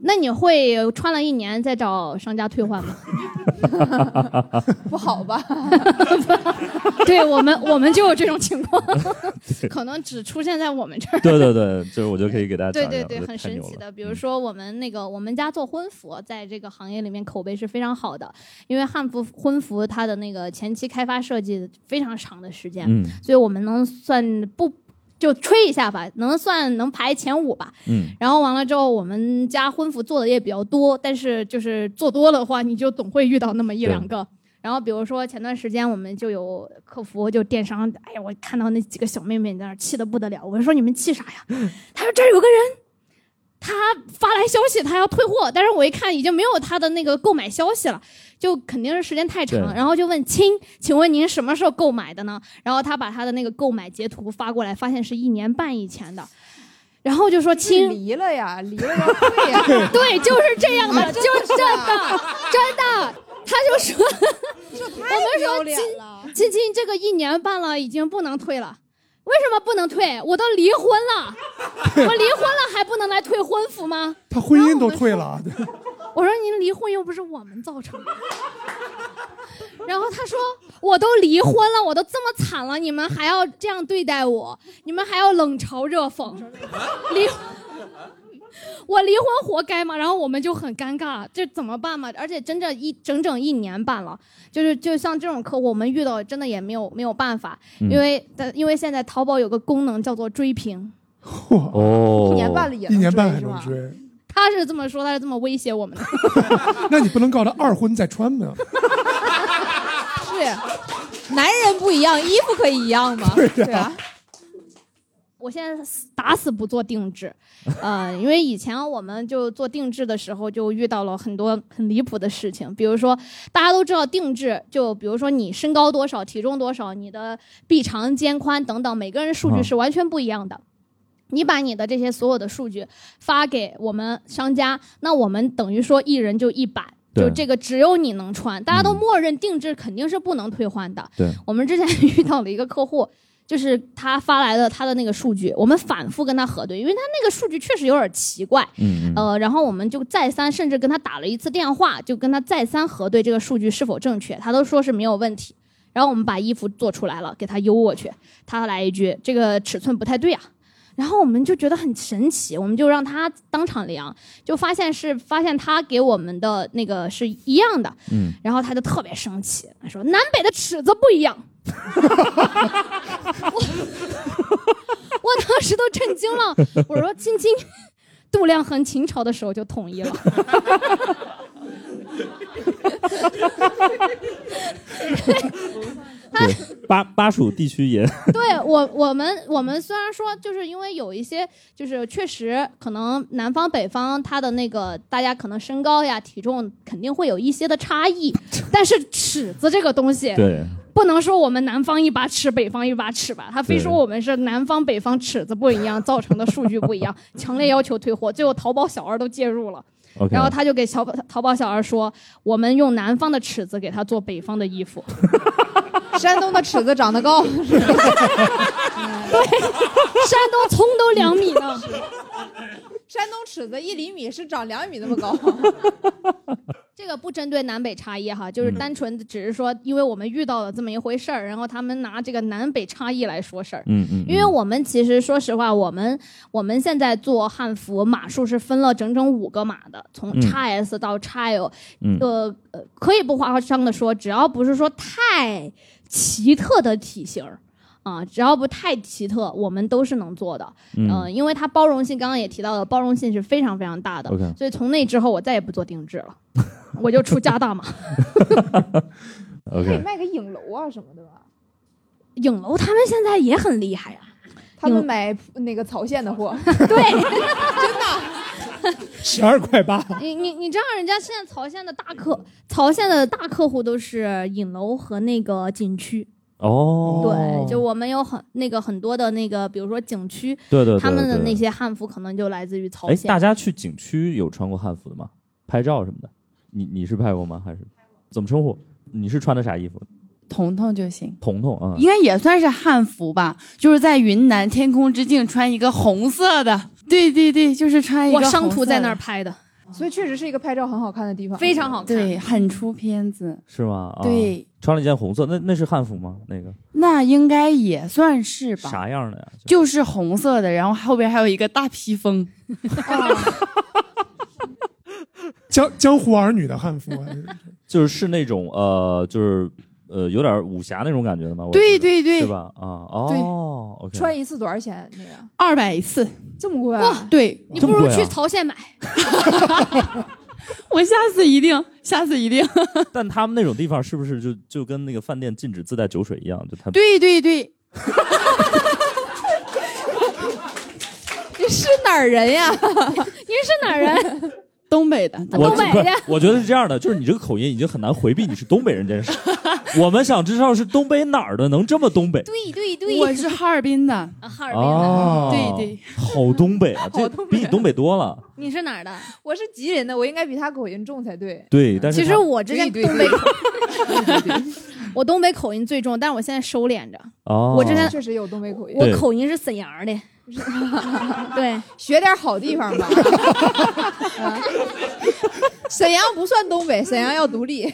那你会穿了一年再找商家退换吗？
不好 吧？
对我们，我们就有这种情 况，可能只出现在我们这儿。
对对对，就是我就可以给大家
对
讲一
对
讲
对，
我觉得
很
太
神
牛
奇
了
的。比
嗯
如说我们那个我们家做婚服，在这个行业里面口碑是非常好的，因为汉服婚服它的那个前期开发设计非常长的时间，
嗯
所以我们能算不。就吹一下吧，能算能排前五吧。
嗯，
然后完了之后，我们家婚服做的也比较多，但是就是做多了的话，你就总会遇到那么一
对
两个。然后比如说前段时间我们就有客服就电商，哎呀，我 看到那几个小妹妹在那儿气的不得了，我说你们气啥呀？她说这儿有个人他发来消息，他要退货，但是我一看已经没有他的那个购买消息了，就肯定是时间太长。
对
然后就问亲，请问您什么时候购买的呢？然后他把他的那个购买截图发过来，发现是一年半以前的，然后就说亲，
离了呀，离了要退 呀，
对，就是这样的，
啊真的
就是真的，真的。他就说，
这太
们说
丢脸了。
亲亲，这个一年半了，已经不能退了。为什么不能退？我都离婚了，我离婚了还不能来退婚服吗？
他婚姻都退了啊，对
我说您离婚又不是我们造成的。然后他说我都离婚了，我都这么惨了，你们还要这样对待我，你们还要冷嘲热讽，离婚我离婚活该嘛？然后我们就很尴尬，这怎么办嘛？而且真正一整整一年半了，就是就像这种客户，我们遇到真的也没有没有办法，
嗯
因为因为现在淘宝有个功能叫做追评，
嚯，
哦，
一年半了也
一
能
年半
追
还
是
能
吧？
追，
他是这么说，他是这么威胁我们的。
那你不能告他二婚再穿吗？
是，男人不一样，衣服可以一样吗？对啊，
我现在死打死不做定制，呃，因为以前我们就做定制的时候，就遇到了很多很离谱的事情，比如说大家都知道定制，就比如说你身高多少、体重多少、你的臂长、肩宽等等，每个人数据
嗯
是完全不一样的。你把你的这些所有的数据发给我们商家，那我们等于说一人就一版。就
对
这个只有你能穿，大家都
嗯
默认定制肯定是不能退换的。
对，
我们之前遇到了一个客户， 就是他发来的他的那个数据，我们反复跟他核对，因为他那个数据确实有点奇怪。
嗯嗯，
呃，然后我们就再三，甚至跟他打了一次电话，就跟他再三核对这个数据是否正确，他都说是没有问题。然后我们把衣服做出来了，给他邮过去，他来一句这个尺寸不太对啊。然后我们就觉得很神奇，我们就让他当场量，就发现是发现他给我们的那个是一样的，
嗯，
然后他就特别生气，他说南北的尺子不一样， 我我当时都震惊了，我说 亲亲，度量衡秦朝的时候就统一了。嗯
巴巴蜀地区也
对我，我们我们虽然说，就是因为有一些，就是确实可能南方北方它的那个大家可能身高呀、体重肯定会有一些的差异，但是尺子这个东西，
对，
不能说我们南方一把尺，北方一把尺吧，他非说
对
我们是南方北方尺子不一样造成的数据不一样，强烈要求退货，最后淘宝小二都介入了。
OK，
然后他就给小淘宝小二说，我们用南方的尺子给他做北方的衣服。
山东的尺子长得高，
山东葱都两米呢，
山东尺子一厘米是长两米那么高。
这个不针对南北差异哈，就是
嗯
单纯只是说，因为我们遇到了这么一回事儿，然后他们拿这个南北差异来说事儿。
嗯嗯，
因为我们其实说实话，我们我们现在做汉服码数是分了整整五个码的，从
嗯
x S 到 x L，、
嗯
呃呃，可以不夸张的说，只要不是说太奇特的体型儿啊，只要不太奇特，我们都是能做的。
嗯
呃，因为它包容性，刚刚也提到了，包容性是非常非常大的。
OK
所以从那之后，我再也不做定制了，我就出加大码。
可以
OK，
卖个影楼啊什么的吧？
影楼他们现在也很厉害呀、
他们买那个曹县的 货，
十二块八，
你你你知道人家现在曹县的大客，曹县的大客户都是影楼和那个景区。
哦，
对，就我们有很那个很多的那个，比如说景区，
对对对，
他们的
对
那，些汉服可能就来自于曹
哎，
县
大。家去景区有穿过汉服的吗？拍照什么的，你你是拍过吗？还是怎么称呼？你是穿的啥衣服？
彤彤就行，
彤彤啊，
应该也算是汉服吧，就是在云南天空之境穿一个红色的，对对对，就是穿一个
我商
红
图
色
在
的
那儿，拍的，
所以确实是一个拍照很好看的地方。
哦非常好看。
对，很出片子，
是吗？啊，
对，
穿了一件红色，那那是汉服吗？那个
那应该也算是吧。
啥样的呀？就
就是红色的，然后后边还有一个大披风，
江江湖儿女的汉服啊，
就是是那种呃，就是呃，有点武侠那种感觉的吗？我觉得
对对
是
对，
吧？啊，哦，OK，
穿一次多少钱？那个
二百一次，
这么贵啊？
哇，
对
你不
这
如
么贵
去
啊
曹县买。
我下次一定，下次一 定，
但他们那种地方是不是就就跟那个饭店禁止自带酒水一样？就他
对对对，
你是哪儿人呀？
您是哪儿人？
东北的，
我
东北
不是
人，
我觉得是这样的，就是你这个口音已经很难回避你是东北人这件事。我们想知道是东北哪儿的，能这么东北？
对对对，
我是哈尔滨的，
啊哈尔滨的。
哦，
对对，
好东北啊，这
好东北
比你东北多了。
你是哪儿的？
我是吉林的，我应该比他口音重才对。
对，但是
其实
他
我之前
对
东北
对，
我东北口音最重，但是我现在收敛着。
哦，
我之前
确实有东北口音，
我
对
口音是沈阳 的，对，
学点好地方吧。 啊沈阳不算东北，沈阳要独立。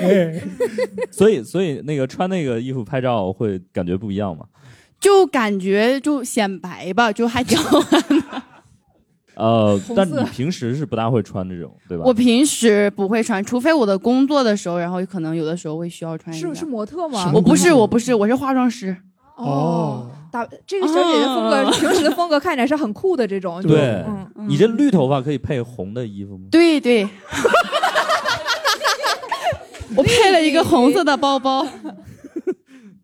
哎，
所以所以那个穿那个衣服拍照会感觉不一样嘛？
就感觉就显白吧，就 还挺好看。
呃，
红
但
色
你平时是不大会穿这种，对吧？
我平时不会穿，除非我的工作的时候，然后可能有的时候会需要穿一
是
下。
是模特吗？
我不是，我不是，我是化妆师。
哦，啊
打这个小姐姐风格，平时的风格看起来是很酷的这种。就
对
嗯，
你这绿头发可以配红的衣服吗？
对对，我配了一个红色的包包。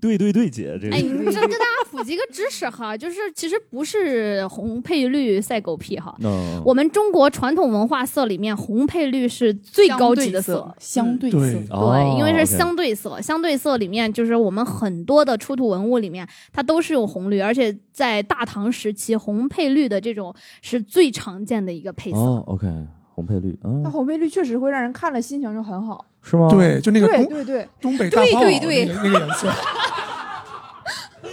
对对对，姐，这
哎，
个
你们这跟大家普及个知识哈，就是其实不是红配绿赛狗屁哈。
嗯，
我们中国传统文化色里面，红配绿是最高级的色，
相对
对
色，
哦
对，因为是
OK
相对色。相对色里面，就是我们很多的出土文物里面，它都是有红绿，而且在大唐时期，红配绿的这种是最常见的一个配色。
哦
哦
，OK，红配绿，
那
嗯，
红配绿确实会让人看了心情就很好。
是吗？，
哦对，就那个
对
东
对对，
东北大炮啊
对对对
那个那个颜色。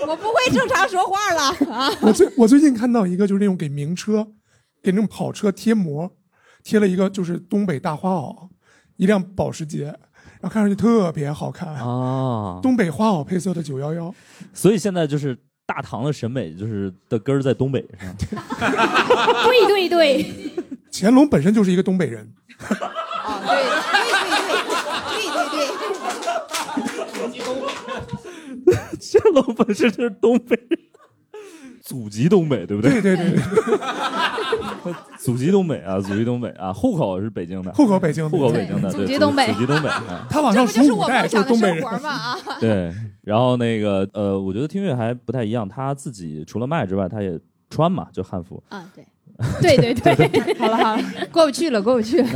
我不会正常说话了 啊！
我最我最近看到一个就是那种给名车，给那种跑车贴膜，贴了一个就是东北大花袄，一辆保时捷，然后看上去特别好看。
啊，
东北花袄配色的九幺幺，
所以现在就是大唐的审美，就是的根儿在东北 上。
对对对，
乾隆本身就是一个东北人，
啊，对对对对对对对。
乾隆本身就是东北人，祖籍东北，对不对？
对对对对，
祖籍东北啊，祖籍东北啊，户口是北京的，
户口北京的，
户口北京的，
对
对
祖籍东北
祖籍 东北啊，
他往
这
上
不
数
就是
五
我
代
梦
就
想的
是东北
生
人
活。吗？ 啊，
对。然后那个呃，我觉得听乐还不太一样，他自己除了卖之外，他也穿嘛，就汉服。
啊，对，对 对 对。
好了好了，过不去了，过不去了。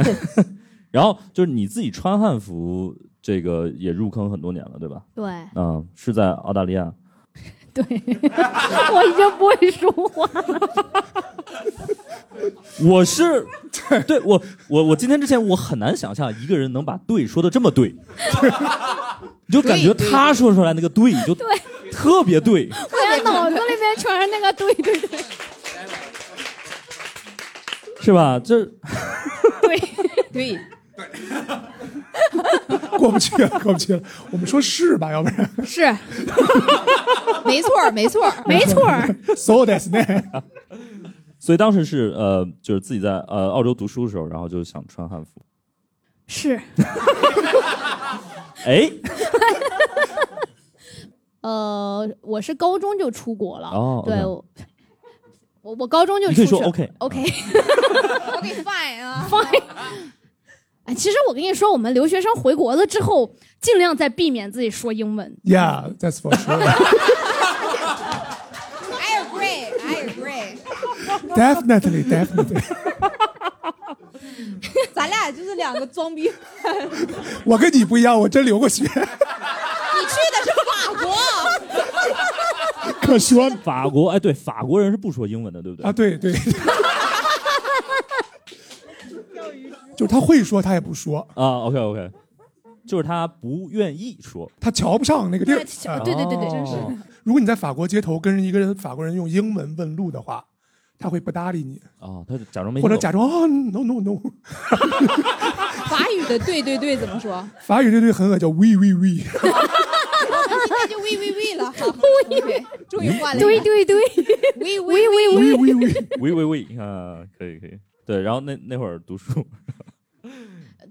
然后就是你自己穿汉服，这个也入坑很多年了，对吧？
对
嗯，是在澳大利亚。
对，我已经不会说话。
我是，对我我我今天之前我很难想象一个人能把对说的这么对，你就感觉他说出来那个对就特别对。
我俩脑子里面全是那个对对对
是吧？这
对，
对，
过不去了，过不去了。我们说是吧？要不然
是，没错儿没错 儿。
没错儿。
so that's that。
所以当时是呃，就是自己在呃澳洲读书的时候，然后就想穿汉服。
是，
哎，
呃，我是高中就出国了。
哦
对，
OK
我我我高中就
你
出
可
去
以说 OK 嗯
OK。
我给你办啊！
哎，其实我跟你说，我们留学生回国了之后，尽量在避免自己说英文。
Yeah, that's for sure.
I agree, I agree。
Definitely, definitely.
咱俩就是两个装逼。 你去
我跟你不一样，我真留过学，
的是法国，
可说呢
法国哎，对，法国人是不说英文的，对不对？
啊！对 对，就是他会说，他也不说，
啊，OK OK，就是他不愿意说。哦
他瞧不上那个地儿。啊
对对对对，
真是
如果你在法国街头跟一个人法国人用英文问路的话，他会不搭理你，
啊，他就假装没
或者
听懂
假装啊 no no no。
法语的对对对怎么说？
法语这对很恶叫 we we we。
现在就 we we we 了， 好 OK，终于换了
对 对对，
we
喂
we
喂喂，
喂喂喂，
喂喂喂啊，可以可以。对，然后那那会儿读书，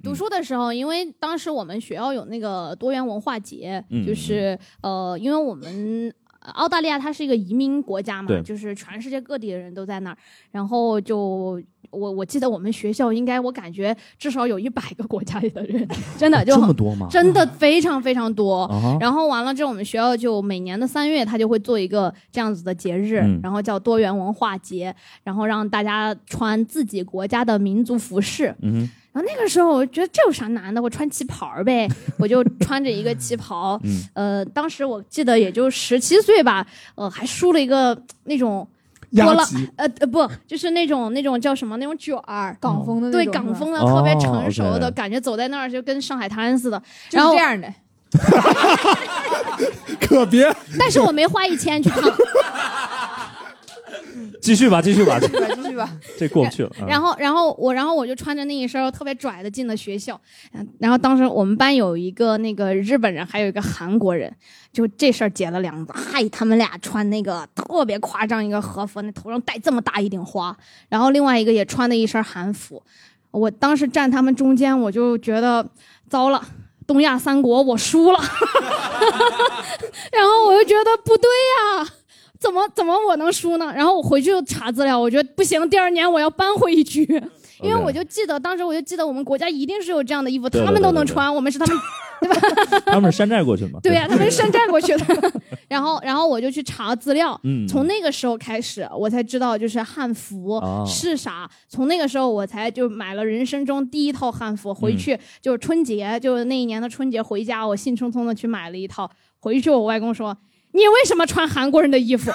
读书的时候，因为当时我们学校有那个多元文化节，
嗯
就是呃，因为我们呃澳大利亚它是一个移民国家嘛
对，
就是全世界各地的人都在那儿。然后就我我记得我们学校应该我感觉至少有一百个国家里的 人，真的就
这么多吗？
真的非常非常多。
啊哈
然后完了之后，我们学校就每年的三月，他就会做一个这样子的节日，
嗯
然后叫多元文化节，然后让大家穿自己国家的民族服饰。
嗯
然后那个时候，我觉得这有啥难的，我穿旗袍儿呗，我就穿着一个旗袍。
嗯
呃，当时我记得也就十七岁吧，呃，还梳了一个那种波
压
浪
级，
呃呃不，就是那种那种叫什么那种卷儿。
港风的那
对
种
港风的，
哦
特别成熟的、
OK
感觉，走在那儿就跟上海滩似的。
是吧
然
就
后
是这样的。
可别
但是我没花一千去烫，
哼，继续吧，继续吧，这
继续吧，继续吧。
这过不去了。啊
然后，然后我，然后我就穿着那一身儿特别拽的进了学校，嗯然后当时我们班有一个那个日本人，还有一个韩国人，就这事儿结了梁子。嗨，他们俩穿那个特别夸张一个和服，那头上戴这么大一顶花，然后另外一个也穿的一身韩服。我当时站他们中间，我就觉得糟了。东亚三国我输了， 然后我就觉得不对呀、怎么怎么我能输呢？然后我回去就查资料，我觉得不行，第二年我要扳回一局，因为
OK
我就记得当时我就记得我们国家一定是有这样的衣服，
对对
他们都能
对对对
穿，我们是他们
他们是山寨过去的嘛？
对啊呀、他们是山寨过去 的。然后然后我就去查资料，
嗯，
从那个时候开始，我才知道就是汉服
哦
是啥。从那个时候，我才就买了人生中第一套汉服，回
嗯
去、就是春节，就是那一年的春节回家，我兴冲冲的去买了一套。回去我外公说：“你为什么穿韩国人的衣服？”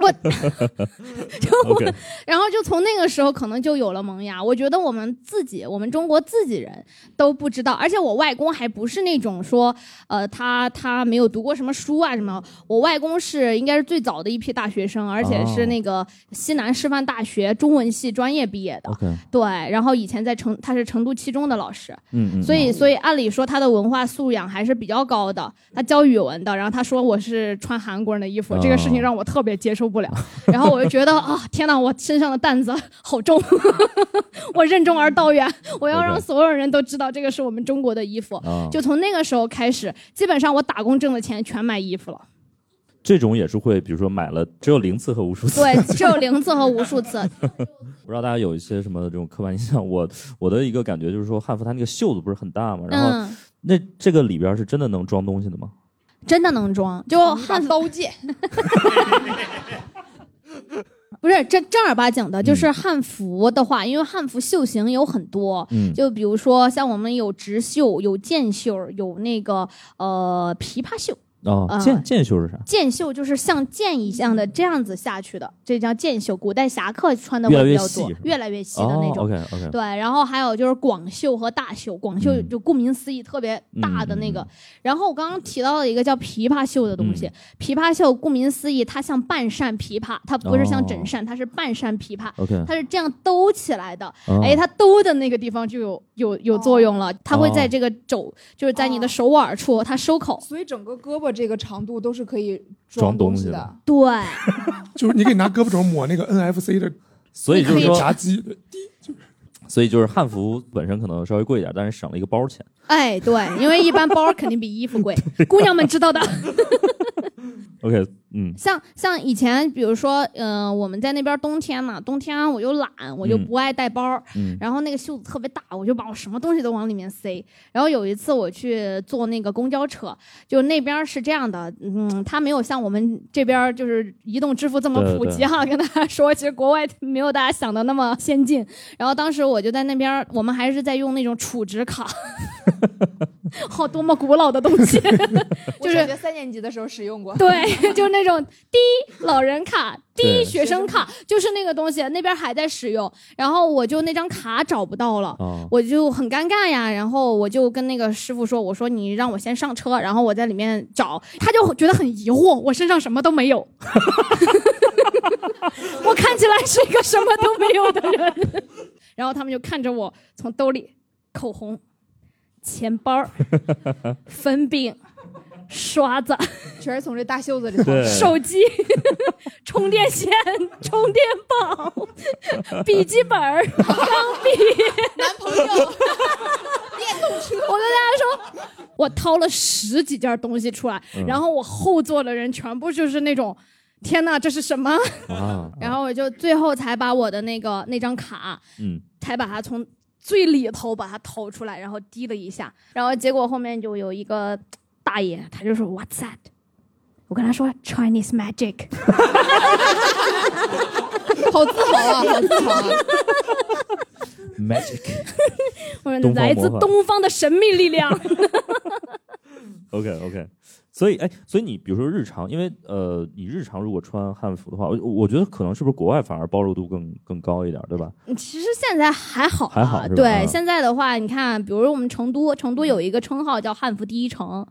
我，就我
OK
然后就从那个时候可能就有了萌芽。我觉得我们自己，我们中国自己人都不知道，而且我外公还不是那种说，呃，他他没有读过什么书啊什么。我外公是应该是最早的一批大学生，而且
哦
是那个西南师范大学中文系专业毕业的。
OK，
对，然后以前在成他是成都七中的老师，
嗯嗯，
所以所以按理说他的文化素养还是比较高的。他教语文的，然后他说我是穿韩国人的衣
哦
服，这个事情让我特别接受不了。然后我就觉 得啊，天哪，我身上的担子好重， 我任重而道远，我要让
OK
所有人都知道这个是我们中国的衣服。
啊，
就从那个时候开始，基本上我打工挣的钱全买衣服了。
这种也是会，比如说买了只有零次和无数次。
对，只有零次和无数次。
不知道大家有一些什么这种刻板印象，我我的一个感觉就是说，汉服它那个袖子不是很大 嘛，然后
嗯，
那这个里边是真的能装东西的吗？
真的能装，哦就汉服
刀剑，
不是正正儿八经的，
嗯
就是汉服的话，因为汉服袖型有很多。
嗯，
就比如说，像我们有直袖、有箭袖、有那个呃琵琶袖。
哦，
啊
箭箭袖是啥？
箭袖就是像箭一样
嗯
的这样子下去的，这叫箭袖。古代侠客穿的
越来
会比
越
较
细
多
是吧，
越来越细的
哦
那种。
，OK OK，
对，然后还有就是广袖和大袖，广袖
嗯
就顾名思义特别大的那个。
嗯嗯
然后我刚刚提到了一个叫琵琶袖的东西，
嗯
琵琶袖顾名思义，它像半扇琵琶，它不是像
哦嗯
整扇，它是半扇琵琶。
OK，
它是这样兜起来的，
哦
哎，它兜的那个地方就有有有作用了，它会
哦
在这个肘，就是在你的
哦
手腕处，它收口。
所以整个胳膊这个长度都是可以
装东
东
西的
的。
对，
就是你可以拿胳膊肘抹那个 NFC 的
所以就是
你可以
说，
闸机，
所以就是汉服本身可能稍微贵一点，但是省了一个包钱。
哎，对，因为一般包肯定比衣服 贵，姑娘们知道的。
OK，嗯
像像以前，比如说，嗯、我们在那边冬天嘛，冬天啊我又懒，我就
嗯
不爱带包儿，
嗯
然后那个袖子特别大，我就把我什么东西都往里面塞。然后有一次我去坐那个公交车，就那边是这样的，嗯，它没有像我们这边就是移动支付这么
对
普及哈、跟大家说，其实国外没有大家想的那么先进。然后当时我就在那边，我们还是在用那种储值卡， 好多么古老的东西。
我
就是
小学三年级的时候使用 过。
对，就那种滴老人卡、
对
滴学生卡，就是那个东西，那边还在使用。然后我就那张卡找不到了。
啊，
我就很尴尬呀，然后我就跟那个师傅说：“我说你让我先上车，然后我在里面找。”他就觉得很疑惑，我身上什么都没有， 我看起来是一个什么都没有的人。 然后他们就看着我从兜里口红、钱包儿、粉饼、刷子，
全是从这大袖子里 头。
对
手机、 充电线、充电宝、笔记本儿、 钢 笔、男朋友、电动车。我跟大家说，我掏了十几件东西出来，
嗯
然后我后座的人全部就是那种，天哪，这是什么？
啊，
然后我就最后才把我的那个那张卡，
嗯，
才把它从最里头把它掏出来，然后滴了一下，然后结果后面就有一个大爷，他就说 What's that？我跟他说 Chinese magic，
好自豪啊，好自豪啊！
嗯 magic。
我说
东方
来自
魔法
东方的神秘力量。
OK OK，所以哎，所以你比如说日常，因为呃，你日常如果穿汉服的话，我我觉得可能是不是国外反而包容度更更高一点，对吧？
其实现在还好啊，
还好是吧
对，
嗯
现在的话，你看，比如我们成都，成都有一个称号叫“汉服第一城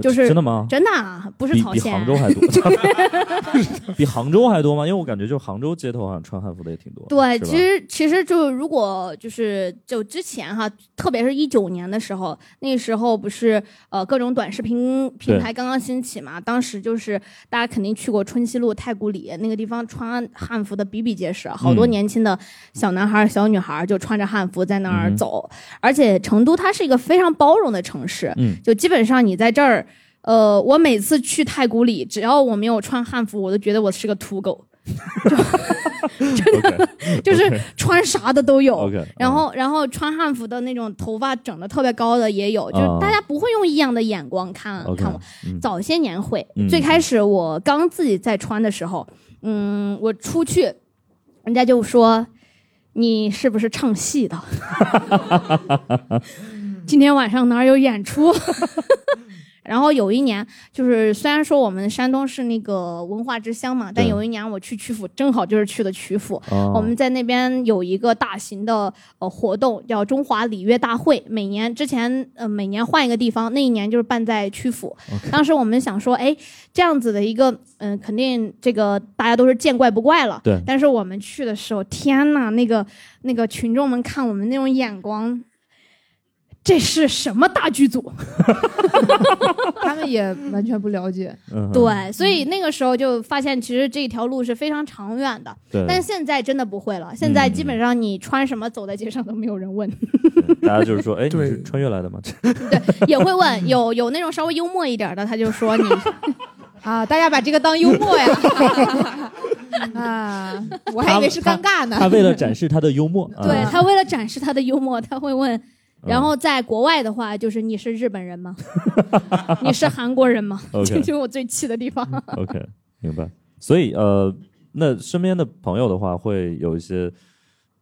就是
真的吗”，？
真的啊不是
比
曹
比
县。
杭州还多， 比杭州还多 吗？因为我感觉就是杭州街头好像穿汉服的也挺多。
对，
是吧
其实其实就如果就是就之前哈，特别是一九年的时候，那时候不是呃各种短视频平台刚刚兴起嘛，当时就是大家肯定去过春熙路、太古里那个地方，穿汉服的比比皆是，好多
嗯
年轻的小男孩儿、小女孩儿就穿着汉服在那
嗯
儿
哼
走，而且成都它是一个非常包容的城市，
嗯
就基本上你在这儿。呃，我每次去太古里，只要我没有穿汉服，我都觉得我是个土狗，
OK
就是穿啥的都有。
OK，啊
然后，然后穿汉服的那种头发整的特别高的也有，就是
啊
大家不会用异样的眼光看
OK，
看我。
嗯
早些年会，
嗯
最开始我刚自己在穿的时候，嗯，我出去，人家就说你是不是唱戏的？ 今天晚上哪儿有演出？ 然后有一年，就是虽然说我们山东是那个文化之乡嘛，但
对
有一年我去曲阜，正好就是去的曲阜，
哦
我们在那边有一个大型的呃活动，叫中华礼乐大会。每年之前呃每年换一个地方，那一年就是办在曲阜。当时我们想说，哎，这样子的一个嗯、肯定这个大家都是见怪不怪了。
对
但是我们去的时候，天呐，那个那个群众们看我们那种眼光。这是什么大剧组？
嗯
他们也完全不了解，
嗯哼
对，所以那个时候就发现，其实这条路是非常长远的。
对，嗯
但现在真的不会了，现在基本上你穿什么走在街上都没有人问。
大家就是说，哎，你
对
是穿越来的吗？
也会问，有有那种稍微幽默一点的，他就说 你
啊，大家把这个当幽 默呀！啊，我还以为是尴尬呢。
他为了展示他的幽默，
对
啊
他为了展示他的幽默，他会问。
嗯
然后在国外的话，就是你是日本 人吗？你是韩国人吗？这
嗯 OK 嗯
就是我最气的地方。
OK，明白。所以呃，那身边的朋友的话，会有一些，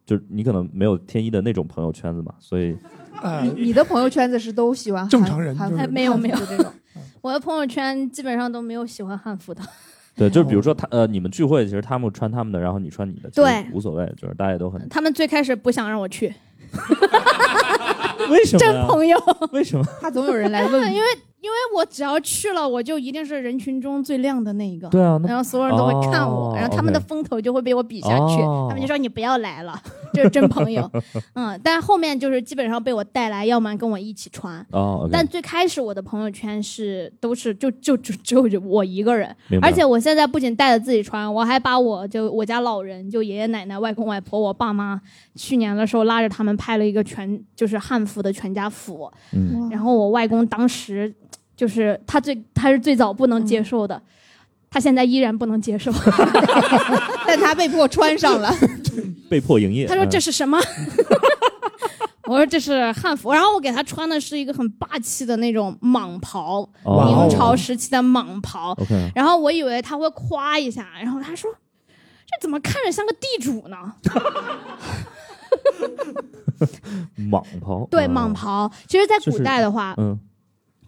就是你可能没有天一的那种朋友圈子嘛，所以
哎，
你的朋友圈子是都喜欢
正常人
韩
就是
韩服
没有没有
这种，
我的朋友圈基本上都没有喜欢汉服的。
对，就是比如说他呃，你们聚会其实他们穿他们的，然后你穿你的，其实
对
无所谓，就是大家也都很
他们最开始不想让我去，
为什么
真
呀？
朋友，
为什么？
怕总有人来 问。
因为因为我只要去了，我就一定是人群中最亮的那一个。
对啊，那
然后所有人都会看我，
哦
然后他们的
OK
风头就会被我比下去，
哦
他们就说你不要来了，这是真 朋友。嗯，但后面就是基本上被我带来，要么跟我一起穿。
哦，OK，
但最开始我的朋友圈是都是就就就只有我一个人，
明白
而且我现在不仅带着自己穿，我还把我就我家老人，就爷爷奶奶、外公外婆、我爸妈，去年的时候拉着他们拍了一个全就是汉服的全家福，
嗯
然后我外公当时就是他最他是最早不能接受的，他现在依然不能 接受。
但他被迫穿上 了，
被迫营业。
他说这
嗯
是什么？ 我说这是汉服，然后我给他穿的是一个很霸气的那种蟒袍，
哦
明朝时期的蟒袍。
嗯 OK，
然后我以为他会夸一下，然后他说：“这怎么看着像个地主呢？”
蟒袍，
对，
嗯
蟒，袍，其实，在
就是
古代的话，
嗯，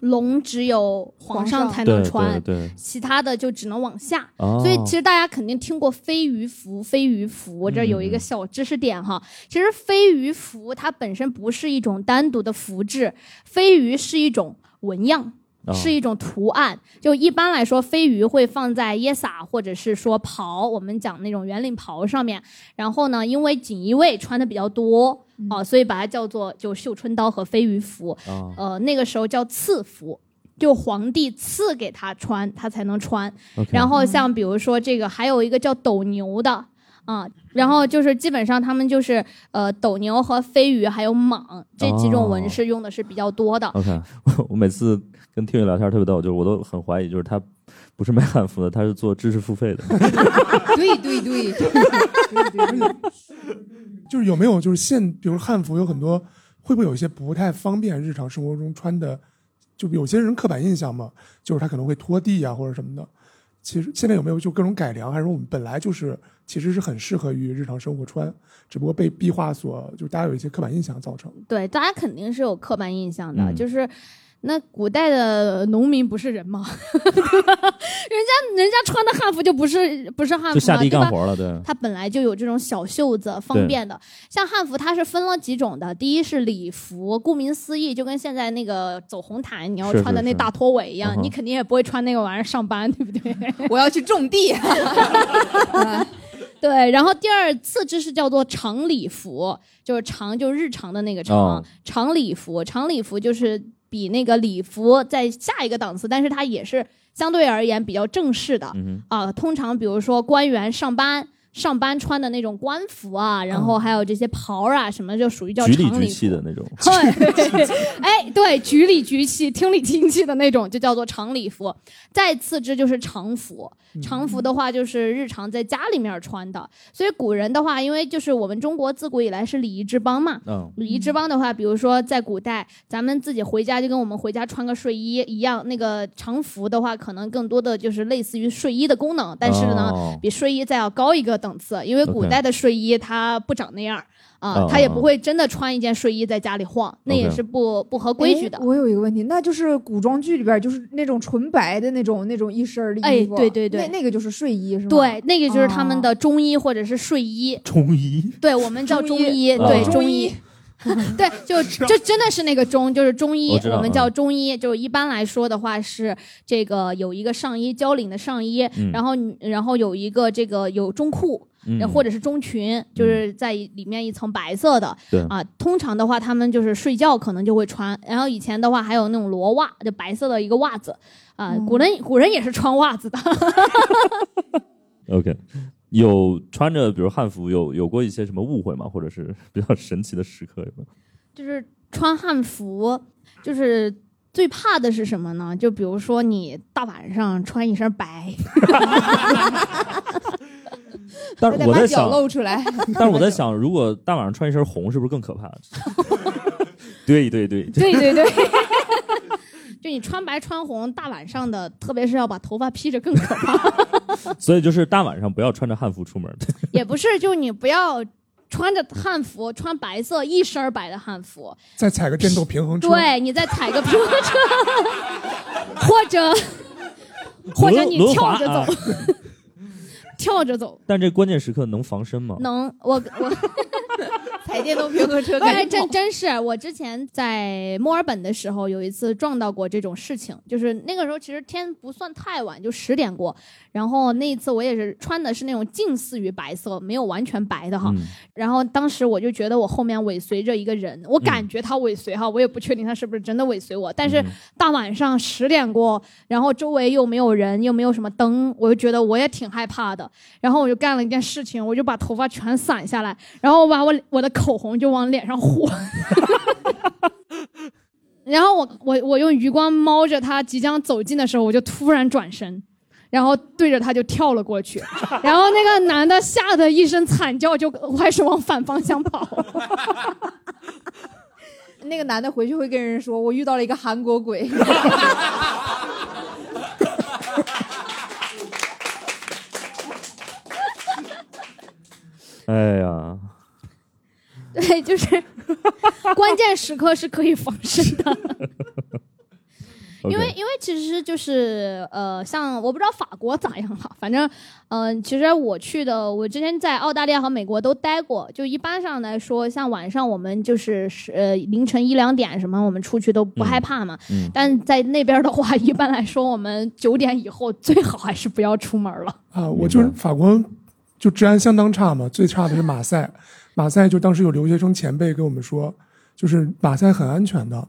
龙只有皇
皇
上
上
才
对
能
对
穿，
对，
其他的就只能往下。
哦，
所以其实大家肯定听过飞鱼服，飞鱼服我这儿有一
嗯
个小知识点哈。其实飞鱼服它本身不是一种单独的服制，飞鱼是一种纹样。
哦
是一种图案，就一般来说，飞鱼会放在耶洒或者是说袍，我们讲那种圆领袍上面。然后呢，因为锦衣卫穿的比较多哦、所以把它叫做就绣春刀和飞鱼服。
哦
呃，那个时候叫赐服，就皇帝赐给他穿，他才能穿。
，OK，
然后像比如说这个，还有一个叫斗牛的。啊、然后就是基本上他们就是呃斗牛和飞鱼还有蟒这几种
哦
纹饰用的是比较多的。
OK，我 每次跟听友聊天特别逗，就是我都很怀疑，就是他不是卖汉服的，他是做知识付费的。
对对对，
就是有没有就是现，比如汉服有很多，会不会有一些不太方便日常生活中穿的？就有些人刻板印象嘛，就是他可能会拖地啊或者什么的。其实现在有没有就各种改良，还是说我们本来就是其实是很适合于日常生活穿，只不过被壁画所就大家有一些刻板印象造成。
对，大家肯定是有刻板印象的，
嗯
就是那古代的农民不是人吗？ 对吧？人家人家穿的汉服就不是不是汉服
就下
嘛
地
对吧
干？活了，对，
它本来就有这种小袖子方便的，像汉服它是分了几种的，第一是礼服，顾名思义，就跟现在那个走红毯你要
是是
穿的那
是
大拖尾一样，
嗯哼
你肯定也不会穿那个玩意儿上班，对不对？
我要去种地。
对，然后第二次之是叫做长礼服，就是长就日常的那个长、
哦
长礼服，长礼服就是比那个礼服在下一个档次，但是它也是相对而言比较正式的啊、
嗯
通常比如说官员上班。上班穿的那种官服啊，然后还有这些袍儿啊，什么就属于叫
哼，嗯
长
局
礼
里
服。
局气的 那种。
对，哎，对，局里局气，厅里厅气的那种，就叫做长礼服。再次之就是常服，常服的话就是日常在家里面穿的。所以古人的话，因为就是我们中国自古以来是礼仪之邦嘛。
嗯，
礼仪之邦的话，比如说在古代，咱们自己回家就跟我们回家穿个睡衣一样。那个常服的话，可能更多的就是类似于睡衣的功能，但是呢，
哦，
比睡衣再要高一个档次，因为古
OK
代的睡衣它不长那样儿啊
嗯，
它也
嗯
不会真的穿一件睡衣在家里晃，那也
OK
是不不合规矩的
哎。我有一个问题，那就是古装剧里边就是那种纯白的那种那种一身儿的衣服，
哎对对对
那那个就是睡衣是吗？
对，，那个就是他们的中医或者是睡衣，
中医
对我们叫
中
中
医
医，
哦
对
中
中医。对，就就真的是那个中，就是中医
我知，道
我
嗯
们叫中医。就一般来说的话是这个有一个上衣交领的上衣，
嗯
然后你然后有一个这个有中裤，或
者
者是中裙，就是在里面一层白色的。
对
啊，通常的话，他们就是睡觉可能就会穿。然后以前的话，还有那种罗袜，就白色的一个袜子。啊，
嗯
古人古人也是穿袜子的。
OK，有穿着比如汉服有有过一些什么误会吗？或者是比较神奇的时刻有没有？
就是穿汉服，就是最怕的是什么呢？就比如说你大晚上穿一身白，
但是
还得
我
把
在
脚
想，
露出来。
但是我在想，如果大晚上穿一身红，是不是更可怕？ 对对对，
对对 对。就你穿白穿红，大晚上的，特别是要把头发披着更可怕。
所以就是大晚上不要穿着汉服出门。
也不是，就你不要穿着汉服，穿白色一身儿白的汉服，
再踩个电动平衡车，
对你再踩个平衡车， 或者 或者
轮
你
轮滑
跳着
啊
走，跳着走。
但这关键时刻能防身吗？
能，我我
踩电动平衡车，
哎，真真是我之前在墨尔本的时候有一次撞到过这种事情，就是那个时候其实天不算太晚，就十点过。然后那一次我也是穿的是那种近似于白色，没有完全白的哈。
嗯，
然后当时我就觉得我后面尾随着一个人，我感觉他尾随哈，我也不确定他是不是真的尾随我，但是
嗯
大晚上十点过，然后周围又没有人，又没有什么灯，我就觉得我也挺害怕的。然后我就干了一件事情，我就把头发全散下来，然后我把我我的口红就往脸上糊。 然后我我我用余光猫着他即将走近的时候，我就突然转身，然后对着他就跳了过去，然后那个男的吓得一声惨叫就，开始往反方向跑。
那个男的回去会跟人说，我遇到了一个韩国 鬼。
哎呀，
对，就是关键时刻是可以防身的，因为
OK
因为其实就是呃，像我不知道法国咋样哈，反正嗯、呃其实我去的，我之前在澳大利亚和美国都待过，就一般上来说，像晚上我们就是是呃凌晨一两点什么，我们出去都不
嗯
害怕嘛，
嗯
但在那边的话， 一般来说我们九点以后最好还是不要出门了。
啊，
明白
我就是法国，就治安相当差嘛，最差的是马赛。马赛就当时有留学生前辈跟我们说，就是马赛很安全的，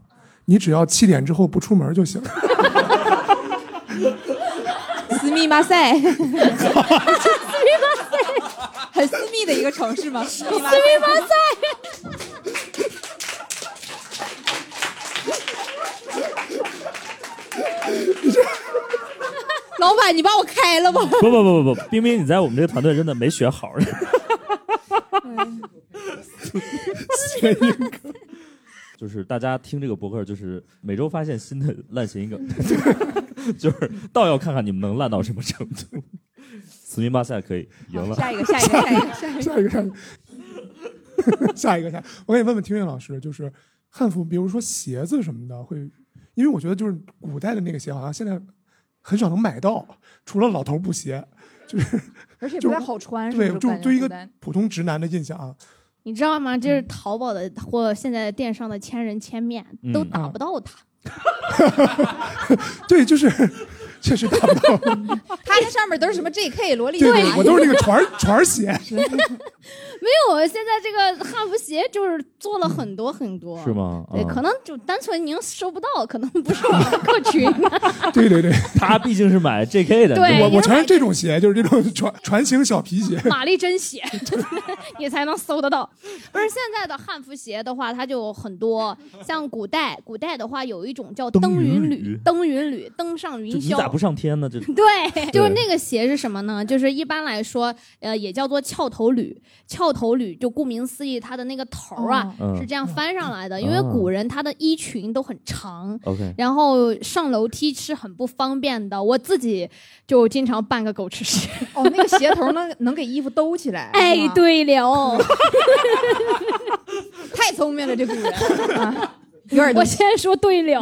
你只要七点之后不出门就行。
斯密马赛， 很私密的一个城市嘛，私密
斯密马赛，
老板，你把我开了吧。
不不不不不，冰冰，你在我们这个团队真的没学好。 就是大家听这个博客，就是每周发现新的烂谐音梗， 就是倒要看看你们能烂到什么程度。死命巴塞可以赢了，
下一个，下一个，下一个， 下一个。
下一个，下 一个，下一个，下一个。我可以问问听乐老师，就是汉服，比如说鞋子什么的，会，因为我觉得就是古代的那个鞋，好像现在很少能买到，除了老头布鞋，就是
而且
就
不太好穿，是不
对
是，
就
感觉
对一
孤
个
单
普通直男的印象啊，
你知道吗？这是淘宝的或现在电商的千人千面，
嗯
都打不到它。
对，就是 确实达不到。
他那上面都是什么 JK 萝莉塔
对，对，我都是那个船儿船儿鞋，
没有，现在这个汉服鞋就是做了很多很多，
是？吗？
对，
嗯
可能就单纯您收不到，可能不是我们的客群。
对对对，
他毕竟是买 JK 的，
对
我
你
我
是
全
买
是这种鞋，就是这 种船船型小皮鞋。
玛丽珍 鞋，你才能搜得到。不是现在的汉服鞋的话，它就有很多，像古代，古代的话有一种叫
登
登
云
云
履
履，登云履，登上
就
云
你咋
霄
不。上天呢？这
对， 就是那个鞋是什么呢？就是一般来说，呃，也叫做翘头履。翘头履就顾名思义，它的那个头儿啊、
嗯
是这样翻上来的，因为古人他的衣裙都很长，
OK，
然后上楼梯是很不方便的。我自己就经常扮个狗吃屎。
哦，那个鞋头能能给衣服兜起来。
哎
是，吗，
对了。
太聪明了，这古人。 啊有点
我
东西
先说对了，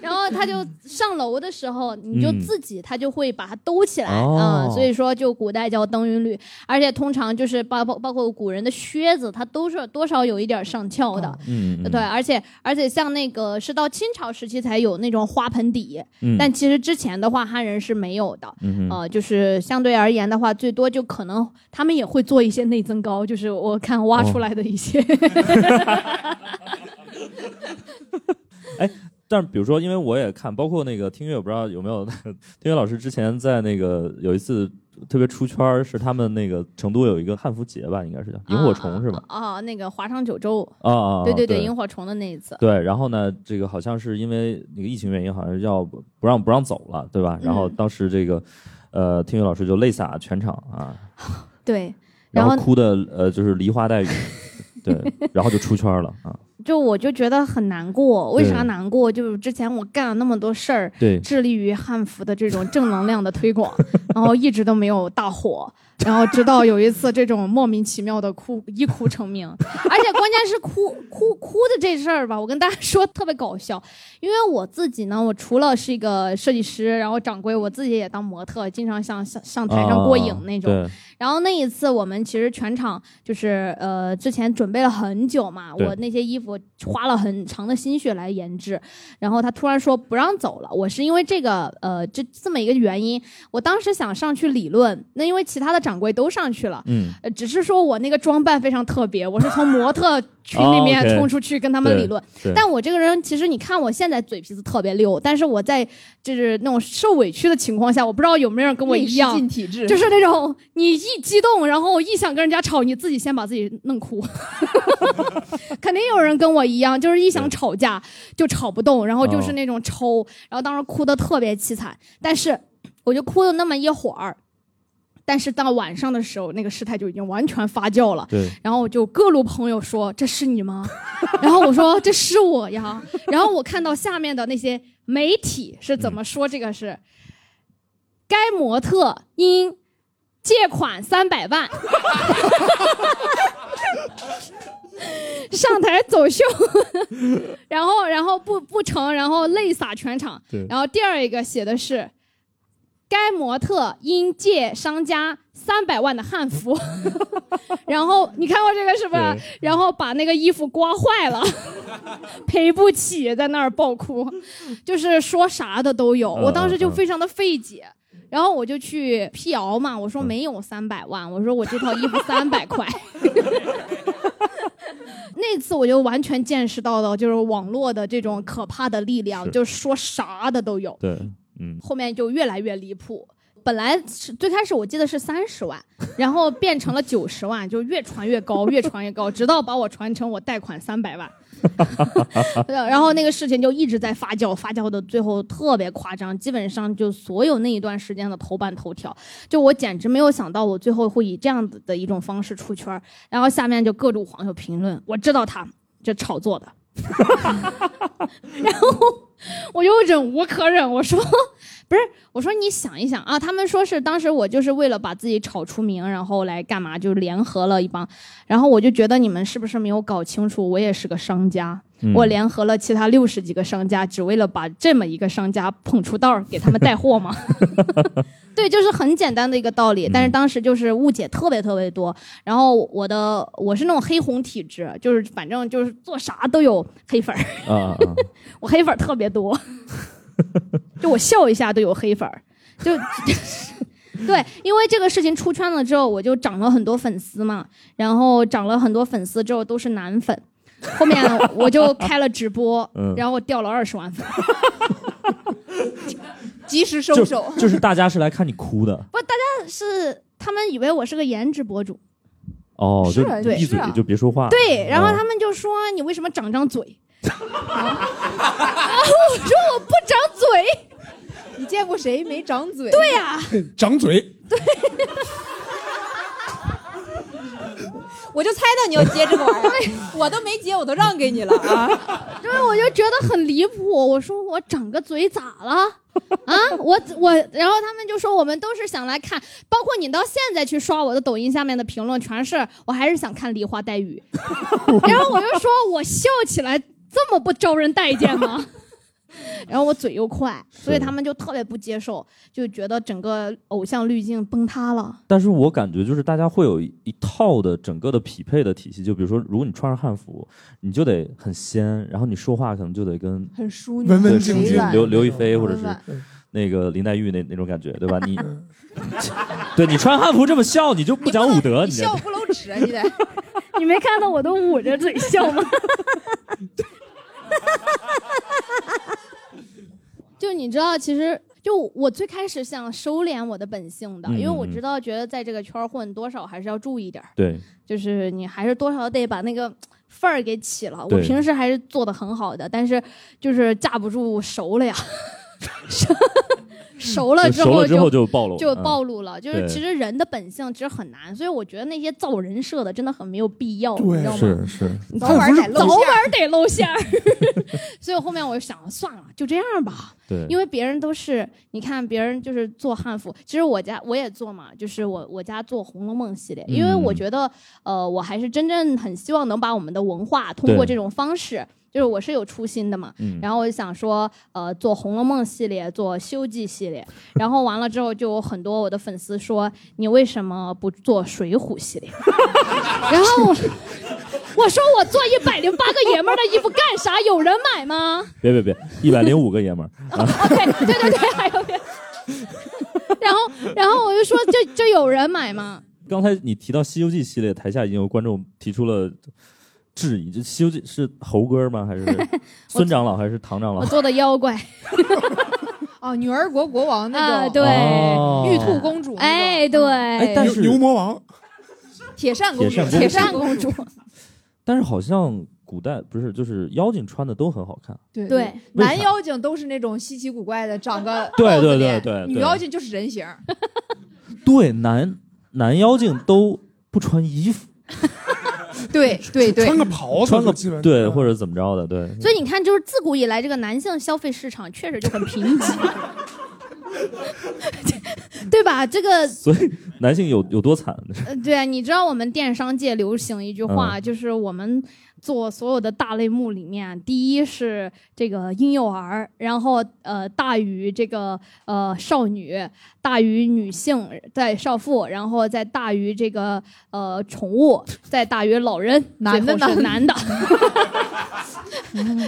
然后他就上楼的时候，你就
嗯
自己他就会把它兜起来
哦
啊、所以说就古代叫登云履，而且通常就是包包包括古人的靴子，它都是多少有一点上翘的。
嗯，嗯
对，，而且而且像那个是到清朝时期才有那种花盆底，
嗯
但其实之前的话汉人是没有的。
嗯哼
呃，就是相对而言的话，最多就可能他们也会做一些内增高，就是我看挖
哦
出来的一些。
但是比如说，因为我也看，包括那个听乐，我不知道有没有 听乐老师之前在那个有一次特别出圈儿，是他们那个成都有一个汉服节吧，应该是叫萤火虫是吧？
啊？啊，那个华商九州，
啊啊，啊
对对
对
对，萤火虫的那一次。
对，然后呢，这个好像是因为那个疫情原因，好像是要不不让不让走了，对吧？然后
嗯
当时这个，呃，听乐老师就泪洒全场啊，
对，
然
然后
哭的呃就是梨花带雨，对，然后就出圈了啊，
就我就觉得很难过，为啥
对
难过？就是之前我干了那么多事儿，
对，
致力于汉服的这种正能量的推广， 然后一直都没有大火，然后直到有一次这种莫名其妙的哭， 一哭成名，而且关键是哭 哭哭的这事儿吧，我跟大家说特别搞笑，因为我自己呢，我除了是一个设计师，然后掌柜，我自己也当模特，经常上上上台上过瘾那种，
啊
然后那一次我们其实全场就是呃之前准备了很久嘛，
对
我那些衣服花了很长的心血来研制，然后他突然说不让走了，我是因为这个呃这这么一个原因，我当时想上去理论，那因为其他的掌柜都上去了。
对，嗯，
呃，只是说我那个装扮非常特别，我是从 模特群里面
哦，OK
冲出去跟他们理论。
对，
但我这个人，其实你看我现在嘴皮子特别溜，但是我在就是那种受委屈的情况下，我不知道有没有人跟我一样，
进体 制，
就是那种你一激动，然后一想跟人家吵，你自己先把自己弄哭。 肯定有人跟我一样，就是一想吵架就吵不动，然后就是那种抽，然后当时哭的特别凄惨。但是我就哭了那么一会儿，但是到晚上的时候，那个事态就已经完全发酵了。
对，
然后我就各路朋友说：“这是你吗？” 然后我说：“这是我呀。”然后我看到下面的那些媒体是怎
嗯
么说这个是，该模特因借款三百万 上台走秀， 然后然后不不成，然后泪洒全场
对。
然后第二一个写的是。该模特因借商家三百万的汉服， 然后你看过这个是吧
对？
然后把那个衣服刮坏了， 赔不起，在那儿爆哭，就是说啥的都有。
嗯
我当时就
嗯嗯
非常的费解，然后我就去辟谣嘛，
嗯
我说没有三百万，我说我这套衣服三百 块。 那次我就完全见识到了，就是网络的这种可怕的力量，
是
就是说啥的都有。
对，嗯，
后面就越来越离谱。本来是最开始我记得是三十万，然后变成了九十万，就越传越高，越传越高，直到把我传成我贷款三百万。 然后那个事情就一直在发酵，发酵的最后特别夸张，基本上就所有那一段时间的头版头条，就我简直没有想到我最后会以这样子的一种方式出圈儿，然后下面就各种网友评论，我知道他这炒作的， 然后我又忍无可忍，我说不是，我说你想一想啊，他们说是当时我就是为了把自己炒出名，然后来干嘛，就联合了一帮，然后我就觉得你们是不是没有搞清楚，我也是个商家，
嗯
我联合了其他六十几个商家，只为了把这么一个商家捧出道儿，给他们带货嘛。 对，就是很简单的一个道理，但是当时就是误解特别特别多。然后我的我是那种黑红体质，就是反正就是做啥都有黑粉儿，
啊啊啊！
我黑粉儿特别 多，就我笑一下都有黑粉儿，就。 对，因为这个事情出圈了之后，我就涨了很多粉丝嘛，然后涨了很多粉丝之后都是男粉，后面我就开了直播，
嗯
然后我掉了二十万粉，
及时收
就
手。
就是大家是来看你哭的
但是他们以为我是个颜值博主，
哦，
是
就
啊
闭
是
嘴
啊
就别说话。
对，然后
啊
他们就说你为什么长张嘴？ 然后我说我不长嘴，
你见过谁没长嘴？对呀、
长嘴，
我就猜到你要接这个玩意儿，我都没接，我都让给你了 啊！
因为我就觉得很离谱。我说我长个嘴咋了？ 啊，我我，然后他们就说我们都是想来看，包括你到现在去刷我的抖音下面的评论，全是我还是想看梨花 带雨。然后我就说我笑起来这么不招人待见 吗？然后我嘴又快，所以他们就特别不接受，就觉得整个偶像滤镜崩塌了。
但是我感觉就是大家会有一一套的整个的匹配的体系，就比如说，如果你穿上汉服，你就得很仙，然后你说话可能就得跟
很淑女，
文文
对
静静
委婉
刘刘亦菲
委
或者是
婉
那个林黛玉那那种感觉，对吧？你 对你穿汉服这么笑，你就不讲武 德，
你
你这
笑不露齿啊！你得，
你没看到我都捂着嘴笑吗？就你知道，其实就我最开始想收敛我的本性的，
嗯
因为我知道，觉得在这个圈儿混多少还是要注意点儿，
对
就是你还是多少得把那个范儿给起了。我
对
平时还是做的很好的，但是就是架不住熟了 呀，熟了
就
之
熟
后
了之
就
后就暴露了，
就
嗯
暴露了。就是
对
其实人的本性其实很难，所以我觉得那些造人设的真的很没有必要，你
对
知道吗？
是是，
你
早晚
看不
得
是
露
早
馅儿。
晚得露馅儿。 所以我后面我就想，算了，就这样吧。
对，
因为别人都是，你看别人就是做汉服，其实我家我也做嘛，就是我我家做《红楼梦》系列，因为
嗯
我觉得，呃，我还是真正很希望能把我们的文化通过
对
这种方式，就是我是有初心的嘛，
嗯
然后我就想说，呃，做《红楼梦》系列，做《修记》系 列，然后完了之后，就有很多我的粉丝说，你为什么不做《水浒》系列？ 然后我 我说我做一百零八个爷们儿的衣服干啥？有人买吗？
别别别，一百零五个爷们儿，
对对对对，还有别。然后然后我就说，这这有人买吗？
刚才你提到《西游记》系列，台下已经有观众提出了质疑：这《西游记》是猴哥吗？还 是孙长老还是唐长老
我？做的妖怪
哦，女儿国国王那
啊，
种，
对，
哦
玉兔公主，嗯
哎，对，
哎，但
牛
是
牛魔王，
铁扇公主，
铁扇
铁扇公主，
但是好像古代不是就是妖精穿的都很好看，
对
对，
男妖精都是那种稀奇古怪的，长个
对
豹子
对对
脸
对对
女妖精就是人形儿，
对，男男妖精都不穿衣服，
对对对
穿，个袍子，
穿个
基本
对或者怎么着的，对，
所以你看，就是自古以来，这个男性消费市场确实就很贫瘠， 对吧？这个
所以男性有有多惨？
呃对啊，你知道我们电商界流行一句话，就是我们做所有的大类目里面，第一是这个婴幼儿，然后呃大于这个呃少女，大于女性，再少妇，然后再大于这个呃宠物，再大于老人，
男的呢
最后是男的。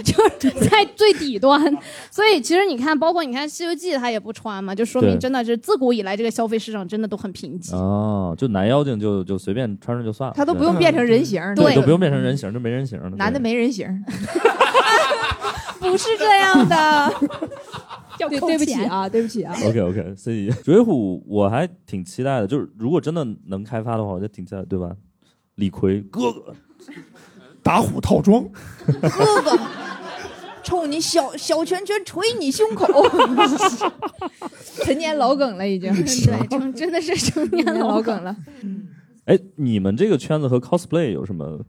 就是在最底端，所以其实你看，包括你看《西游记》，它也不穿嘛，就说明
对
真的是自古以来这个消费市场真的都很贫瘠。
哦，就男妖精就就随便穿上就算
啊
了，
他都
对
不用变成人形儿，
对，
对
都不用变成人形，就没人形了。
男的
对
没人形儿，不是这样的，
要
对
扣
对不起
钱
啊，对不 起啊。
OK OK，所以九尾虎我还挺期待的，就是如果真的能开发的话，我就挺期待，对吧？李逵哥哥，
打虎套装，
哥哥，冲你小小拳拳捶你胸 口。
陈年老梗了，已经
对，成真的是成年
陈年老
老
梗了。
哎，你们这个圈子和 cosplay 有什么？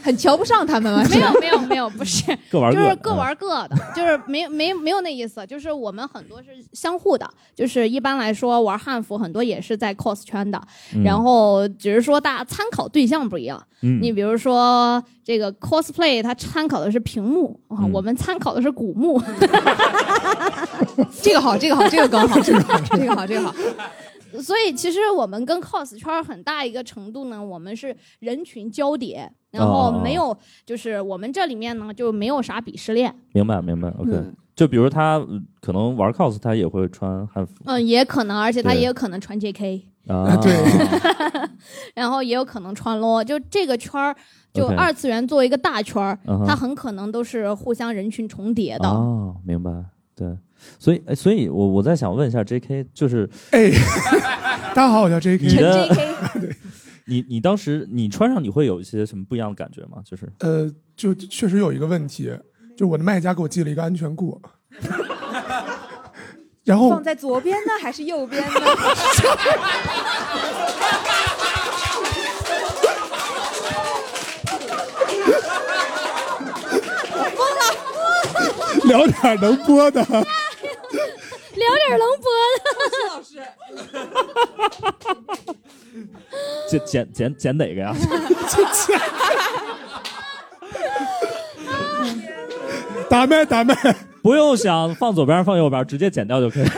很瞧不上他们啊 吗？
没有没有没有，不是，
各玩各嗯
就
的，
是各玩各的， 就是没没没有那意思。就是我们很多是相互的，就是一般来说玩汉服很多也是在 cos 圈的，
嗯，
然后只是说大家参考对象不一样。
嗯
你比如说这个 cosplay，它参考的是屏幕啊，
嗯
我们参考的是古墓。
这个好，这个好，这个梗好，这个好，这个好，这个 好。
所以其实我们跟 cos 圈儿很大一个程度呢，我们是人群交叠，然后
哦
没有就是我们这里面呢就没有啥鄙视链，
明白明白，OK。
嗯
就比如他嗯可能玩 cos，他也会穿汉服
嗯，也可能，而且他
对
也有可能穿 JK，
啊，
对
然后也有可能穿 low，就这个圈儿。就
OK
二次元作为一个大圈儿
嗯哼
它很可能都是互相人群重叠的。
哦，明白，对，所以，哎，所以我我在想问一下 J.K.，就是
哎， 大家好，我叫 J.K。
你的，
JK
你你当时你穿上你会有一些什么不一样的感觉吗？就是
呃，就确实有一个问题，就我的卖家给我寄了一个安 全裤，然后
放在左边呢，还是右边呢？
聊点能播的，
聊点龙博
捡捡捡捡哪个呀？
打麦打麦，
不用想放左边放右边，直接剪掉就 可以。
的，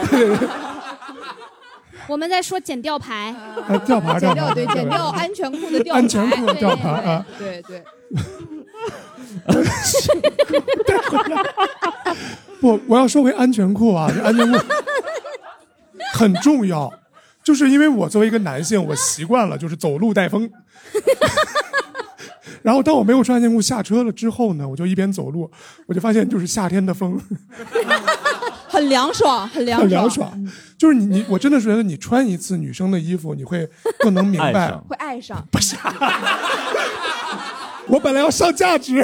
我们在说剪吊牌，
啊吊牌
剪掉
吊
对，
牌
剪掉安全裤的吊牌，
安全裤吊牌啊，
对对，
不，我要说回安全裤啊，这安全裤很重要，就是因为我作为一个男性，我习惯了就是走路带风。 然后当我没有穿安全裤下车了之后呢，我就一边走路，我就发现就是夏天的风
很凉爽，很凉
很凉，爽，就是你你我真的觉得你穿一次女生的衣服，你会更能明
爱
白
上。
会爱 上
我本来要上价值，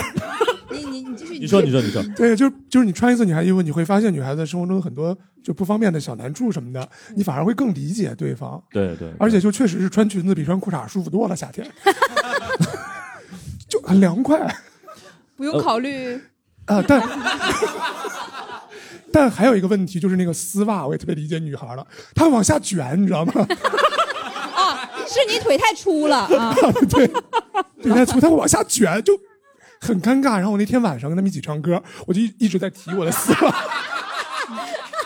你你你继续，
你说，你说，你说，
对，就是就是你穿一次女孩衣服，你会发现女孩子生活中很多就不方便的小难处什么的，你反而会更理解对方。
对对，
而且就确实是穿裙子比穿裤衩舒服多了，夏天 就很凉快啊、
不用考虑
但但还有一个问题就是那个丝袜，我也特别理解女孩了，它往下卷，你知道吗？
啊，是你腿太粗 了啊，
对，对，它从它往下卷就很尴尬。然后我那天晚上跟他们一起唱歌，我就一一直在提我的丝袜，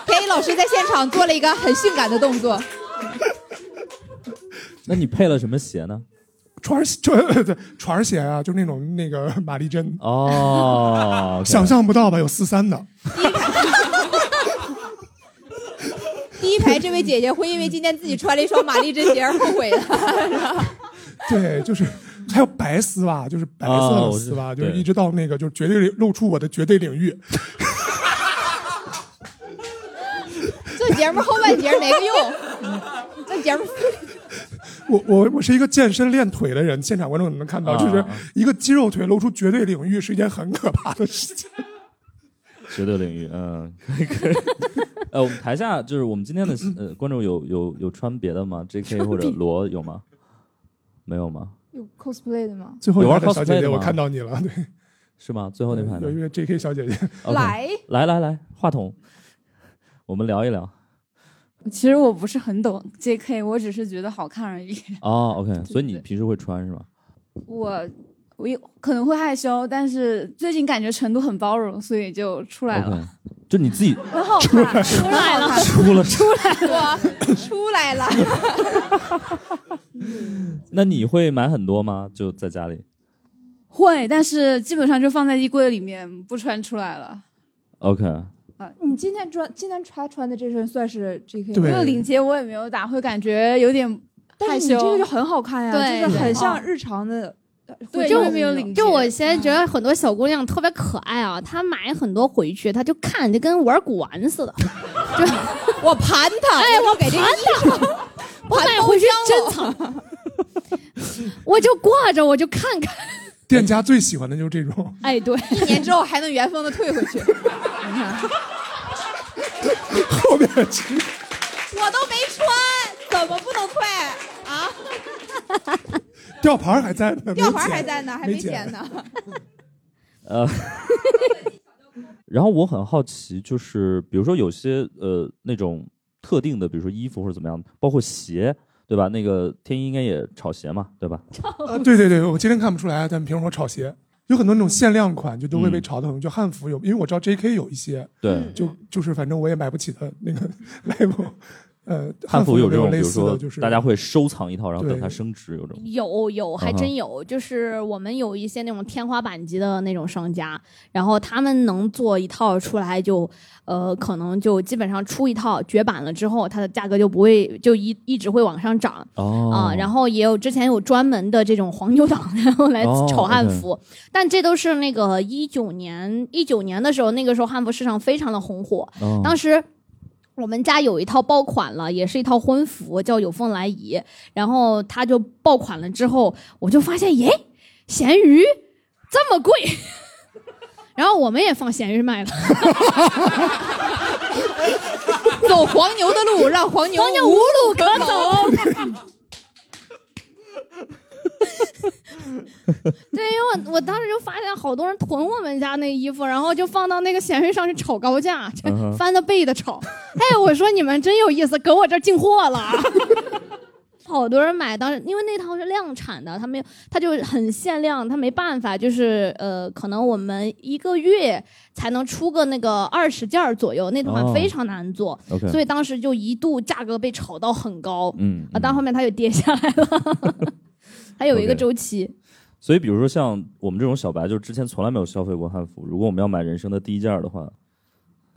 田一老师在现场做了一个很性感的动作，
那你配了什么鞋呢？
船 船对船鞋啊，就是那种那个玛丽珍，
哦，OK
想象不到吧？有四三的，
第一排这位姐姐会因为今天自己穿了一双玛丽珍鞋而后悔的。
对，就是 还有白丝袜，就是白色的丝袜，
啊我知
就是
对
一直到那个就是绝对露出我的绝对领域。
这节目后半截没个用，嗯这节目
我我我是一个健身练腿的人，现场观众你们看到，
啊
就是一个肌肉腿露出绝对领域是一件很可怕的事 情。
绝对领域，嗯，可以可以。呃，我们台下就是我们今天的呃观众有有有穿别的吗？J.K. 或者罗有吗？没有吗？
有 cosplay 的吗？
最后一
有玩
排的小姐
cosplay
姐，
的吗
我看到你了，对，
是吗？最后那排呢
有一位 J.K. 小姐姐，
OK
来，
来来来，话筒，我们聊一聊。
其实我不是很懂 J.K.，我只是觉得好看而已。
哦，OK，所以 你平时会穿是吧？
我我有可能会害羞，但是最近感觉程度很包容，所以就出来了。
OK，就你自己
很好看，出来 了。
出了，
我出来了，
那你会买很多吗？就在家里
会，但是基本上就放在衣柜里面，不穿出来了。
？OK，
你今天穿今天穿穿的这身算是 JK
对
没有领结，我也没有打，会感觉有点害羞。
很好看
对
就是
对
很像日常的对
就
因为
我
没有领
就我现在觉得很多小姑娘特别可爱啊，她买很多回去，她就看着跟玩古玩似的。
我盘它，
哎，
我给这个衣裳，
我
盘
买
包
回去
浆
珍
了
藏， 我就挂着，我就看看。
店家最喜欢的就是这种，
哎，对，
一年之后还能原封的退回去。你看，
后面去
我都没穿，怎么不能 退啊？
吊牌儿还在呢，没
吊牌
剪
还在呢，还
没
没剪。呢。
呃，然后我很好奇，就是比如说有些呃那种特定的，比如说衣服或者怎么样，包括鞋，对吧？那个天一应该也炒鞋嘛，对吧？
呃对对对，我今天看不出来，啊但平时我炒鞋有很多那种限量款，就都会被
嗯
炒的很。就汉服有，因为我知道 J.K. 有一些，
对，
就就是反正我也买不起的那个 label。呃，
汉服有
有
这
没
种，比
类
如
似的
说
就是
大家会收藏一套，然后
对
等它升值，有这种。
有有，还
嗯哼
真有，就是我们有一些那种天花板级的那种商家，然后他们能做一套出来就，呃，可能就基本上出一套绝版了之后，它的价格就不会就一一直会往上涨
哦
啊、然后也有之前有专门的这种黄牛党， 然后来
哦
炒汉
OK
服，但这都是那个一九年一九年的时候，那个时候汉服市场非常的红火，
哦
当时我们家有一套爆款了，也是一套婚服，叫有凤来仪。然后它就爆款了之后，我就发现，耶，咸鱼这么贵。 然后我们也放咸鱼卖了，
走黄牛的路，让黄牛
黄牛
无
无路可走。 对，因为我我当时就发现好多人囤我们家那衣服，然后就放到那个闲鱼上去炒高价，这
嗯哼
翻了倍的炒。哎，我说你们真有意思，搁我这儿进货了。啊 好多人买，当时因为那套是量产的，他没有，他就很限量，他没办法，就是呃，可能我们一个月才能出个那个二十件儿左右，那款
哦
非常难做。
OK，
所以当时就一度价格被炒到很高
嗯
啊，但后
面
面它又跌下来了， 它有一个
OK
周期。
所以比如说像我们这种小白，就是之前从来没有消费过汉服，如果我们要买人生的第一件儿的话，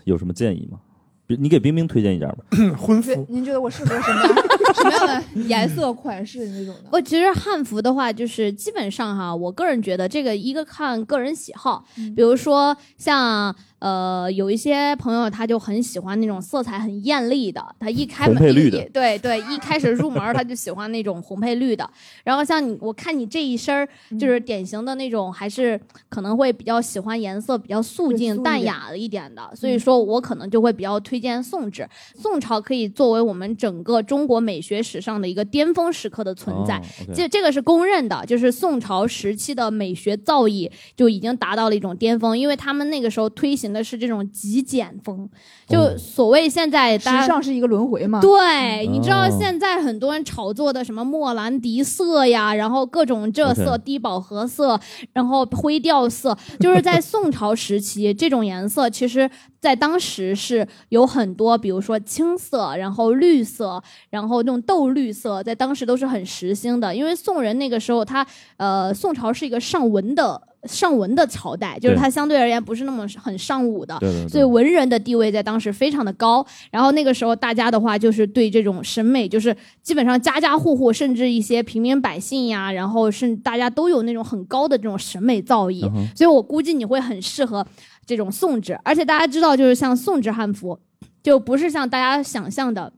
有什么建议吗？比你给冰冰推荐一件吧。
嗯婚
觉
哦
服，
您觉得我适合什么样？
什么样 的颜色款式那种的？
我其实汉服的话，就是基本上哈，我个人觉得这个一个看个人喜好，
嗯
比如说像呃有一些朋友他就很喜欢那种色彩很艳丽的，他一开门
红配绿的
一对对，一开始入门儿他就喜欢那种红配绿的。然后像你，我看你这一身儿就是
嗯
典型的那种，还是可能会比较喜欢颜色比较素
对
净
素一
淡
点嗯
雅一点的，所以说我可能就会比较推荐宋制。宋朝可以作为我们整个中国美学史上的一个巅峰时刻的存在。
哦，OK
这这个是公认的，就是宋朝时期的美学造诣就已经达到了一种巅峰，因为他们那个时候推行的是这种极简风，
哦
就所谓现在
时
大家。
尚是一个轮回嘛？
对，你知道
哦
现在很多人炒作的什么莫兰迪色呀，然后各种这
OK
色、低饱和色，然后灰调色，就是在宋朝时期，这种颜色其实在当时是有很多，比如说青色，然后绿色，然后那种豆绿色，在当时都是很时兴的，因为宋人那个时候他呃，宋朝是一个上文的上文的朝代，就是
对
它相对而言不是那么很尚武的，
对对对，
所以文人的地位在当时非常的高。然后那个时候大家的话，就是对这种审美，就是基本上家家户户，甚至一些平民百姓呀，然后甚大家都有那种很高的这种审美造诣。
嗯哼
所以我估计你会很适合这种宋制，而且大家知道，就是像宋制汉服，就不是像大家想象的。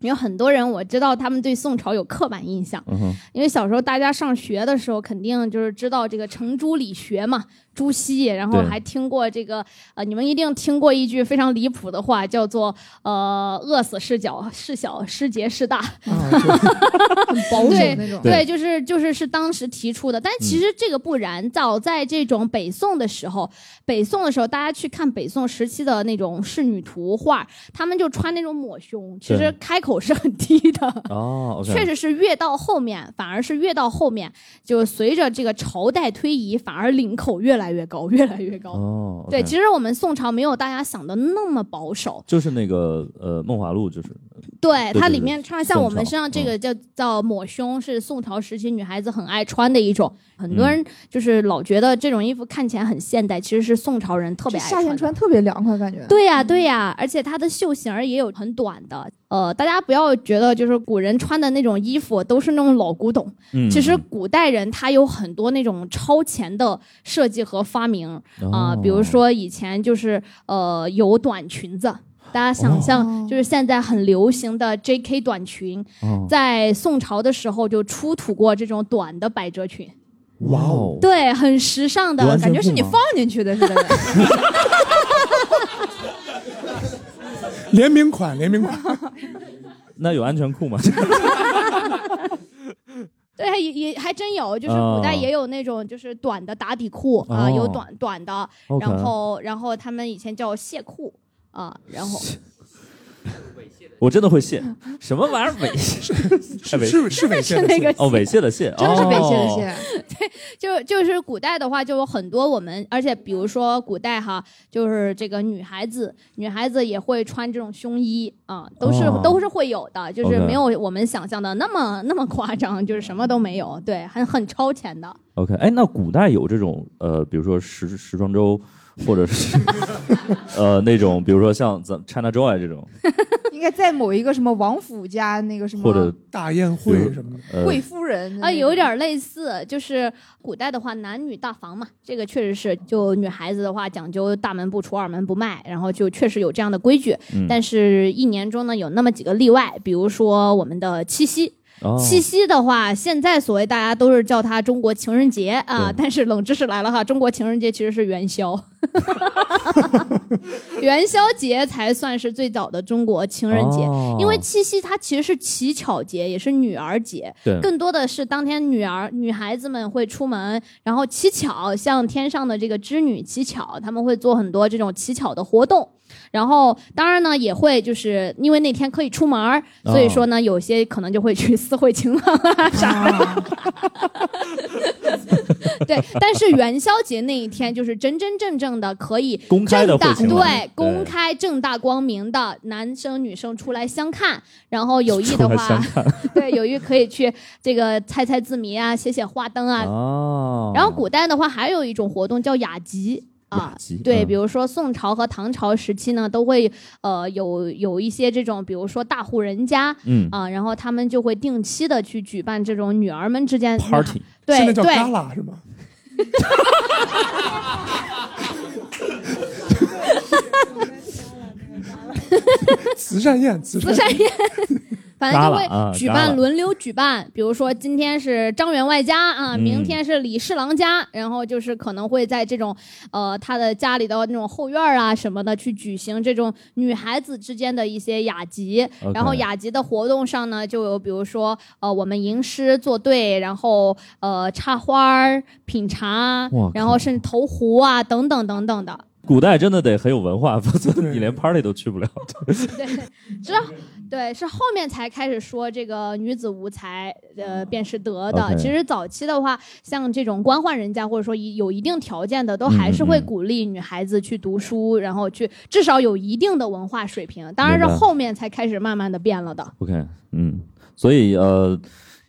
有很多人我知道他们对宋朝有刻板印象，
嗯哼
因为小时候大家上学的时候，肯定就是知道这个程朱理学嘛，朱熹，然后
对
还听过这个呃，你们一定听过一句非常离谱的话，叫做呃“饿死事小，事小，失节事大”，
啊，对
很保守
对
那种。
对
对，就是就是是当时提出的，但
嗯
其实这个不然。早在这种北宋的时候，北宋的时候，大家去看北宋时期的那种仕女图画，他们就穿那种抹胸，其实
对
开口是很低的。
哦，OK，
确实是越到后面，反而是越到后面，就随着这个朝代推移，反而领口越来越高，越来越高。
哦，
对，
实
其实我们宋朝没有大家想的那么保守，
就是那个呃梦华录，就是
对，
对
它
对
里
对
面穿像
宋
我们
朝嗯
身上这个叫叫抹胸，是宋朝时期女孩子很爱穿的一种。很多
嗯
人就是老觉得这种衣服看起来很现代，其实是宋朝人特别
这
爱
夏天
穿
穿
的。嗯
特别凉快，感觉。
对呀、对呀、而且它的袖型儿也有很短的，呃，大家不要觉得就是古人穿的那种衣服都是那种老古董，
嗯
其实古代人他有很多那种超前的设计和发明
哦
啊、比如说以前就是呃有短裙子。大家
哦
想象，就是现在很流行的 J.K. 短裙，
哦
在宋朝的时候就出土过这种短的百褶裙，
哇哦，
对，很时尚的
完全不
感觉是你
吗
放进去的似的。
联名款，联 名款。
那有安全裤 吗？
对，还也也还真有，就是
哦
古代也有那种就是短的打底裤啊、
哦
有短短的
OK
然后然后他们以前叫蟹裤啊、然后
我真的会谢，什么玩意儿猥 亵？太猥亵
是是猥亵
是
的
那
亵
个
哦，猥亵的亵，
真的是猥亵的
哦
亵。
就就是古代的话，就有很多我们，而且比如说古代哈，就是这个女孩子，女孩子也会穿这种胸衣啊、都是、
哦
都是会有的，就是
OK
没有我们想象的那么那么夸张，就是什么都没有，对，很很超前的。
OK，哎，那古代有这种呃，比如说时时装周，或者 是呃那种，比如说像咱 China Joy 这种，
应该在某一个什么王府家那个什么
或者
大宴会什么的，
呃
贵夫人
啊，有点儿类似，就是古代的话，男女大防嘛，这个确实是，就女孩子的话讲究大门不出二门不迈，然后就确实有这样的规矩，
嗯
但是一年中呢有那么几个例外，比如说我们的七夕，
哦
七夕的话，现在所谓大家都是叫它中国情人节啊
对，
但是冷知识来了哈，中国情人节其实是元宵， 元宵节才算是最早的中国情人节。
哦
因为七夕它其实是乞巧节，也是女儿节，
对
更多的是当天女儿女孩子们会出门，然后乞巧，向天上的这个织女乞巧，他们会做很多这种乞巧的活动。然后当然呢，也会就是因为那天可以出门儿，
哦
所以说呢，有些可能就会去私会情郎啊啥的。 对，但是元宵节那一天就是真真正正的可以
公开的
正大
会情郎
对公开正大光明的男生女生出来相看，然后有意
出
的
来
话
相，
对有意可以去这个猜猜字谜啊，写写花灯啊。
哦，
然后古代的话还有一种活动叫雅集。啊
雅集，
对，
嗯
比如说宋朝和唐朝时期呢，都会呃有有一些这种，比如说大户人家
嗯
啊、然后他们就会定期的去举办这种女儿们之间
party
现
对
在叫
对
gala 是吗？ 慈善宴，慈善
慈善宴， 反正
嘎
就
啦啊
会举
嘎啦
办轮流举办，比如说今天是张员外家啊，
嗯
明天是李侍郎家，然后就是可能会在这种呃他的家里的那种后院儿啊什么的去举行这种女孩子之间的一些雅集，
OK
然后雅集的活动上呢，就有比如说呃我们吟诗作对，然后呃插花儿、品茶
哇靠，
然后甚至投壶啊等等等等的。
古代真的得很有文化，否则
对
你连 party 都去不了。
对，之后对是后面才开始说这个女子无才，呃，便是德的。
OK
其实早期的话，像这种官宦人家或者说一有一定条件的，都还是会
嗯嗯
鼓励女孩子去读书，然后去至少有一定的文化水平。当然是
明白
后面才开始慢慢的变了的。
OK，嗯，所以呃，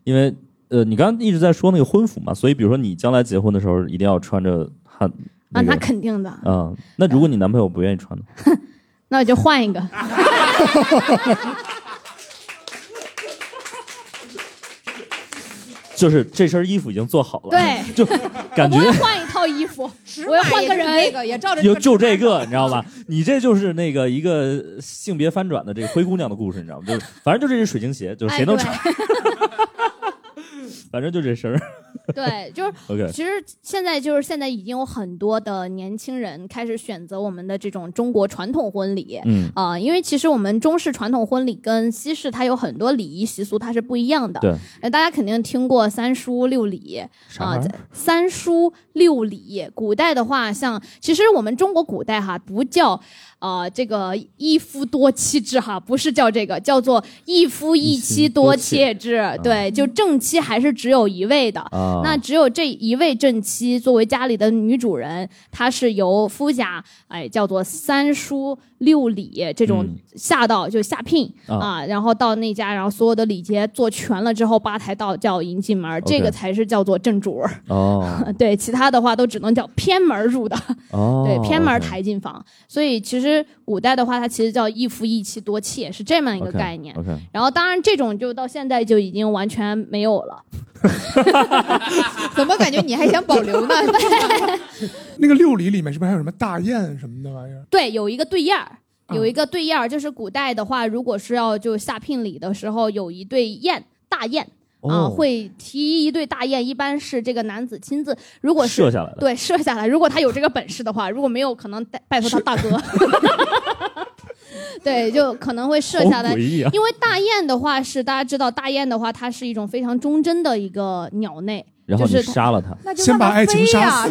因为呃，你刚刚一直在说那个婚服嘛，所以比如说你将来结婚的时候一定要穿着汉
啊，
个
那肯定的，
啊、那如果你男朋友不愿意穿呢？
那我就换一个。
就是这身衣服已经做好了，
对，
就感觉
我不会换一套衣服，我要换个人。
那个也照着
就就这个，你知道吧？你这就是那个一个性别翻转的这个灰姑娘的故事，你知道吗？就是反正就这只水晶鞋，就是
哎
谁能
对
穿， 反正就这身儿。
对， 就是
OK，
其实现在就是现在已经有很多的年轻人开始选择我们的这种中国传统婚礼。
嗯，
啊、因为其实我们中式传统婚礼跟西式它有很多礼仪习俗它是不一样的。
对，
那大家肯定听过三书六礼
啥
啊、
玩意儿？
三书六礼。古代的话，像其实我们中国古代哈不叫啊这个一夫多妻制哈，不是叫这个，叫做一夫一妻多妾制。对，就正妻还是只有一位的。
啊，
那只有这一位正妻作为家里的女主人，她是由夫家哎叫做三叔六礼这种
嗯
下到、就下聘
啊
啊然后到那家，然后所有的礼节做全了之后，八抬道轿迎进门这个才是叫做正主儿。
哦
对，其他的话都只能叫偏门入的，
哦，
对，偏门
OK
抬进房。所以其实实古代的话，它其实叫一夫一妻多妾，是这么一个
OK，
概念。啊
OK，
然后当然这种就到现在就已经完全没有了。
怎么感觉你还想保留呢？
那个六礼里面是不是还有什么大雁什么的玩意儿？
对，有一个对燕儿，
啊
嗯
有一个对燕儿，就是古代的话，如果是要就下聘礼的时候，有一对燕大雁啊，
哦
会提一对大雁，一般是这个男子亲自，如果是
射下来了。
对射下来，如果他有这个本事的话，如果没有，可能拜拜托他大哥。 对，就可能会射下来
好诡，异啊！
因为大雁的话是大家知道，大雁的话它是一种非常忠贞的一个鸟类，
然后
就
你
是
杀了他，
那就
先
让
把
它
爱情
飞
杀
呀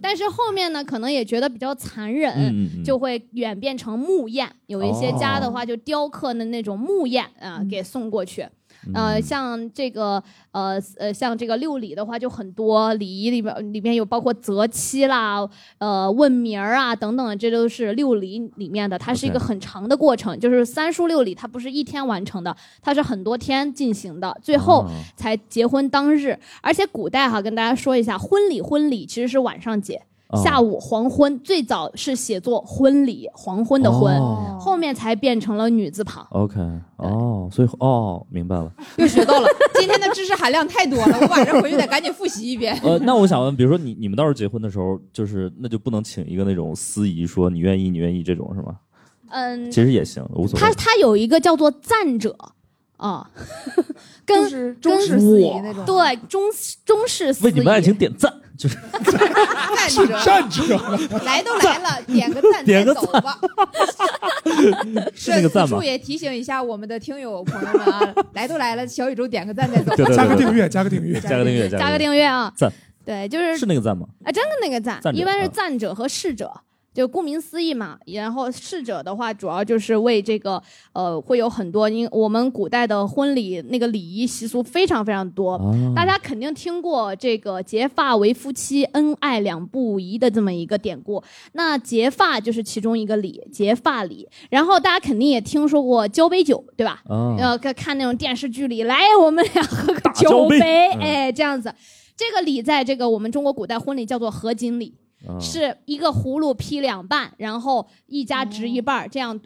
但是后面呢，可能也觉得比较残忍，
嗯嗯嗯，
呃就会演变成木雁，有一些家的话就雕刻的那种木雁啊、
嗯
给送过去。
哦嗯
呃，像这个呃呃，像这个六礼的话，就很多礼仪里边里面有包括择期啦、呃问名儿啊等等，这都是六礼里面的。它是一个
OK
很长的过程，就是三书六礼，它不是一天完成的，它是很多天进行的，最后
哦
才结婚当日。而且古代哈，跟大家说一下，婚礼婚礼其实是晚上结，
哦
下午黄昏，最早是写作婚礼，黄昏的婚，
哦
后面才变成了女字旁。
OK，哦，所以哦，明白了。
又学到了，今天的知识含量太多了，我晚上回去得赶紧复习一遍。
呃，那我想问，比如说你你们到时候结婚的时候，就是那就不能请一个那种司仪说你愿意你愿意这种是吗？
嗯，
其实也行，无所谓
他。他有一个叫做赞者啊，
就
跟
是中式司仪那种。
对中中式司
为
仪
你们爱情点赞，就是
站着，
站着，
来都来了，点个 赞，
点个
走吧。
是那个赞
此
吗
处？也提醒一下我们的听友朋友们啊，来都来了，小宇宙点个赞再 走。
对对
加个
对
订
对，
阅，加个订阅。
加个订阅，
加个
阅，
订阅啊，
赞
对，就是
是那个赞吗？
啊，真的那个赞，
赞者
一般是
啊
赞者和侍者，就顾名思义嘛。然后侍者的话，主要就是为这个呃，会有很多，因我们古代的婚礼那个礼仪习俗非常非常多。
啊，
大家肯定听过这个“结发为夫妻，恩爱两不疑”的这么一个典故。那结发就是其中一个礼，结发礼。然后大家肯定也听说过交杯酒，对吧？
啊，
呃，看看那种电视剧里，来，我们俩喝个
交
酒
杯嗯
哎，这样子。这个礼在这个我们中国古代婚礼叫做合卺礼，
啊
是一个葫芦劈两半，然后一家执一
哦
半儿，这样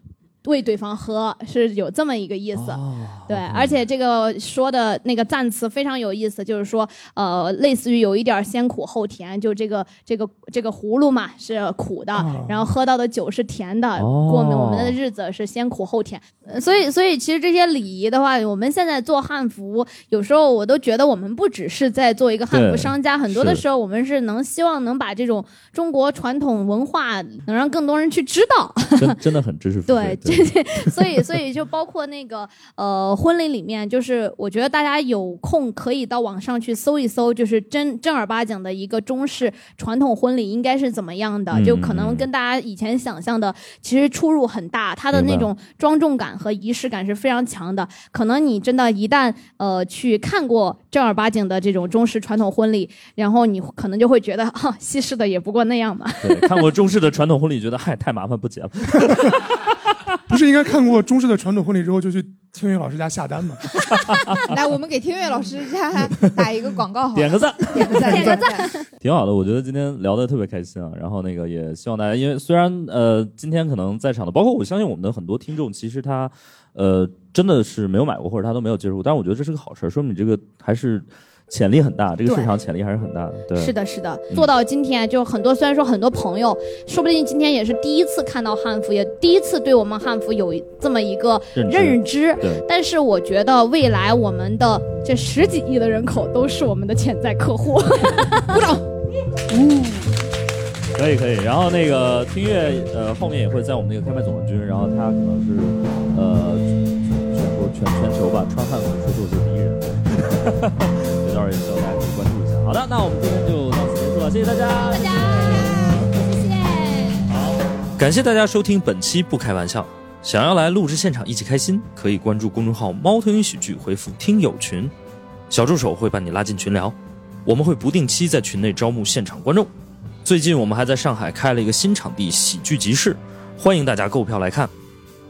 为对方喝，是有这么一个意思。
哦
对，
OK
而且这个说的那个赞词非常有意思，就是说，呃，类似于有一点先苦后甜，就这个这个这个葫芦嘛是苦的，
哦
然后喝到的酒是甜的，
啊哦
过我们的日子是先苦后甜。呃所以，所以其实这些礼仪的话，我们现在做汉服，有时候我都觉得我们不只是在做一个汉服
对
商家，很多的
是
时候我们是能希望能把这种中国传统文化能让更多人去知道。
真 真的很知识付费。
对，这 这，所以所以就包括那个呃婚礼里面，就是我觉得大家有空可以到网上去搜一搜，就是真正儿八经的一个中式传统婚礼应该是怎么样的，
嗯
就可
嗯
能
嗯
跟大家以前想象的其实出入很大，它的
明白
那种庄重感和仪式感是非常强的。可能你真的一旦呃去看过正儿八经的这种中式传统婚礼，然后你可能就会觉得哈、啊西式的也不过那样嘛。
对，看过中式的传统婚礼，觉得嗨太麻烦不结了。
不是应该看过中式的传统婚礼之后就去听云老师家下单吗？
来，我们给听乐老师 家打一个广告好了，
点个赞，
点个赞，
点
个赞。
挺好的。我觉得今天聊的特别开心啊。然后那个也希望大家，因为虽然呃今天可能在场的，包括我相信我们的很多听众，其实他呃真的是没有买过或者他都没有接触过，但是我觉得这是个好事儿，说明你这个还是潜力很大，这个市场潜力还是很大的。对，
是的，是的，
嗯
做到今天，就很多虽然说很多朋友，说不定今天也是第一次看到汉服，也第一次对我们汉服有这么一个
认知
认知。
对
但是我觉得未来我们的这十几亿的人口都是我们的潜在客户。
可以可以，然后那个听乐呃后面也会在我们那个开麦总冠军，然后他可能是呃全国全全球吧穿汉服说脱口秀 第一人，对，所以到时候也希望大家可以关注一下。好的，那我们今天就到此结束了，谢谢大家，
大家，谢谢。
感谢大家收听本期《不开玩笑》，想要来录制现场一起开心，可以关注公众号“猫头鹰喜剧”，回复“听友群”，小助手会把你拉进群聊。我们会不定期在群内招募现场观众。最近我们还在上海开了一个新场地——喜剧集市，欢迎大家购票来看。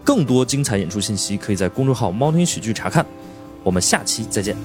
更多精彩演出信息可以在公众号“猫头鹰喜剧”查看。我们下期再见。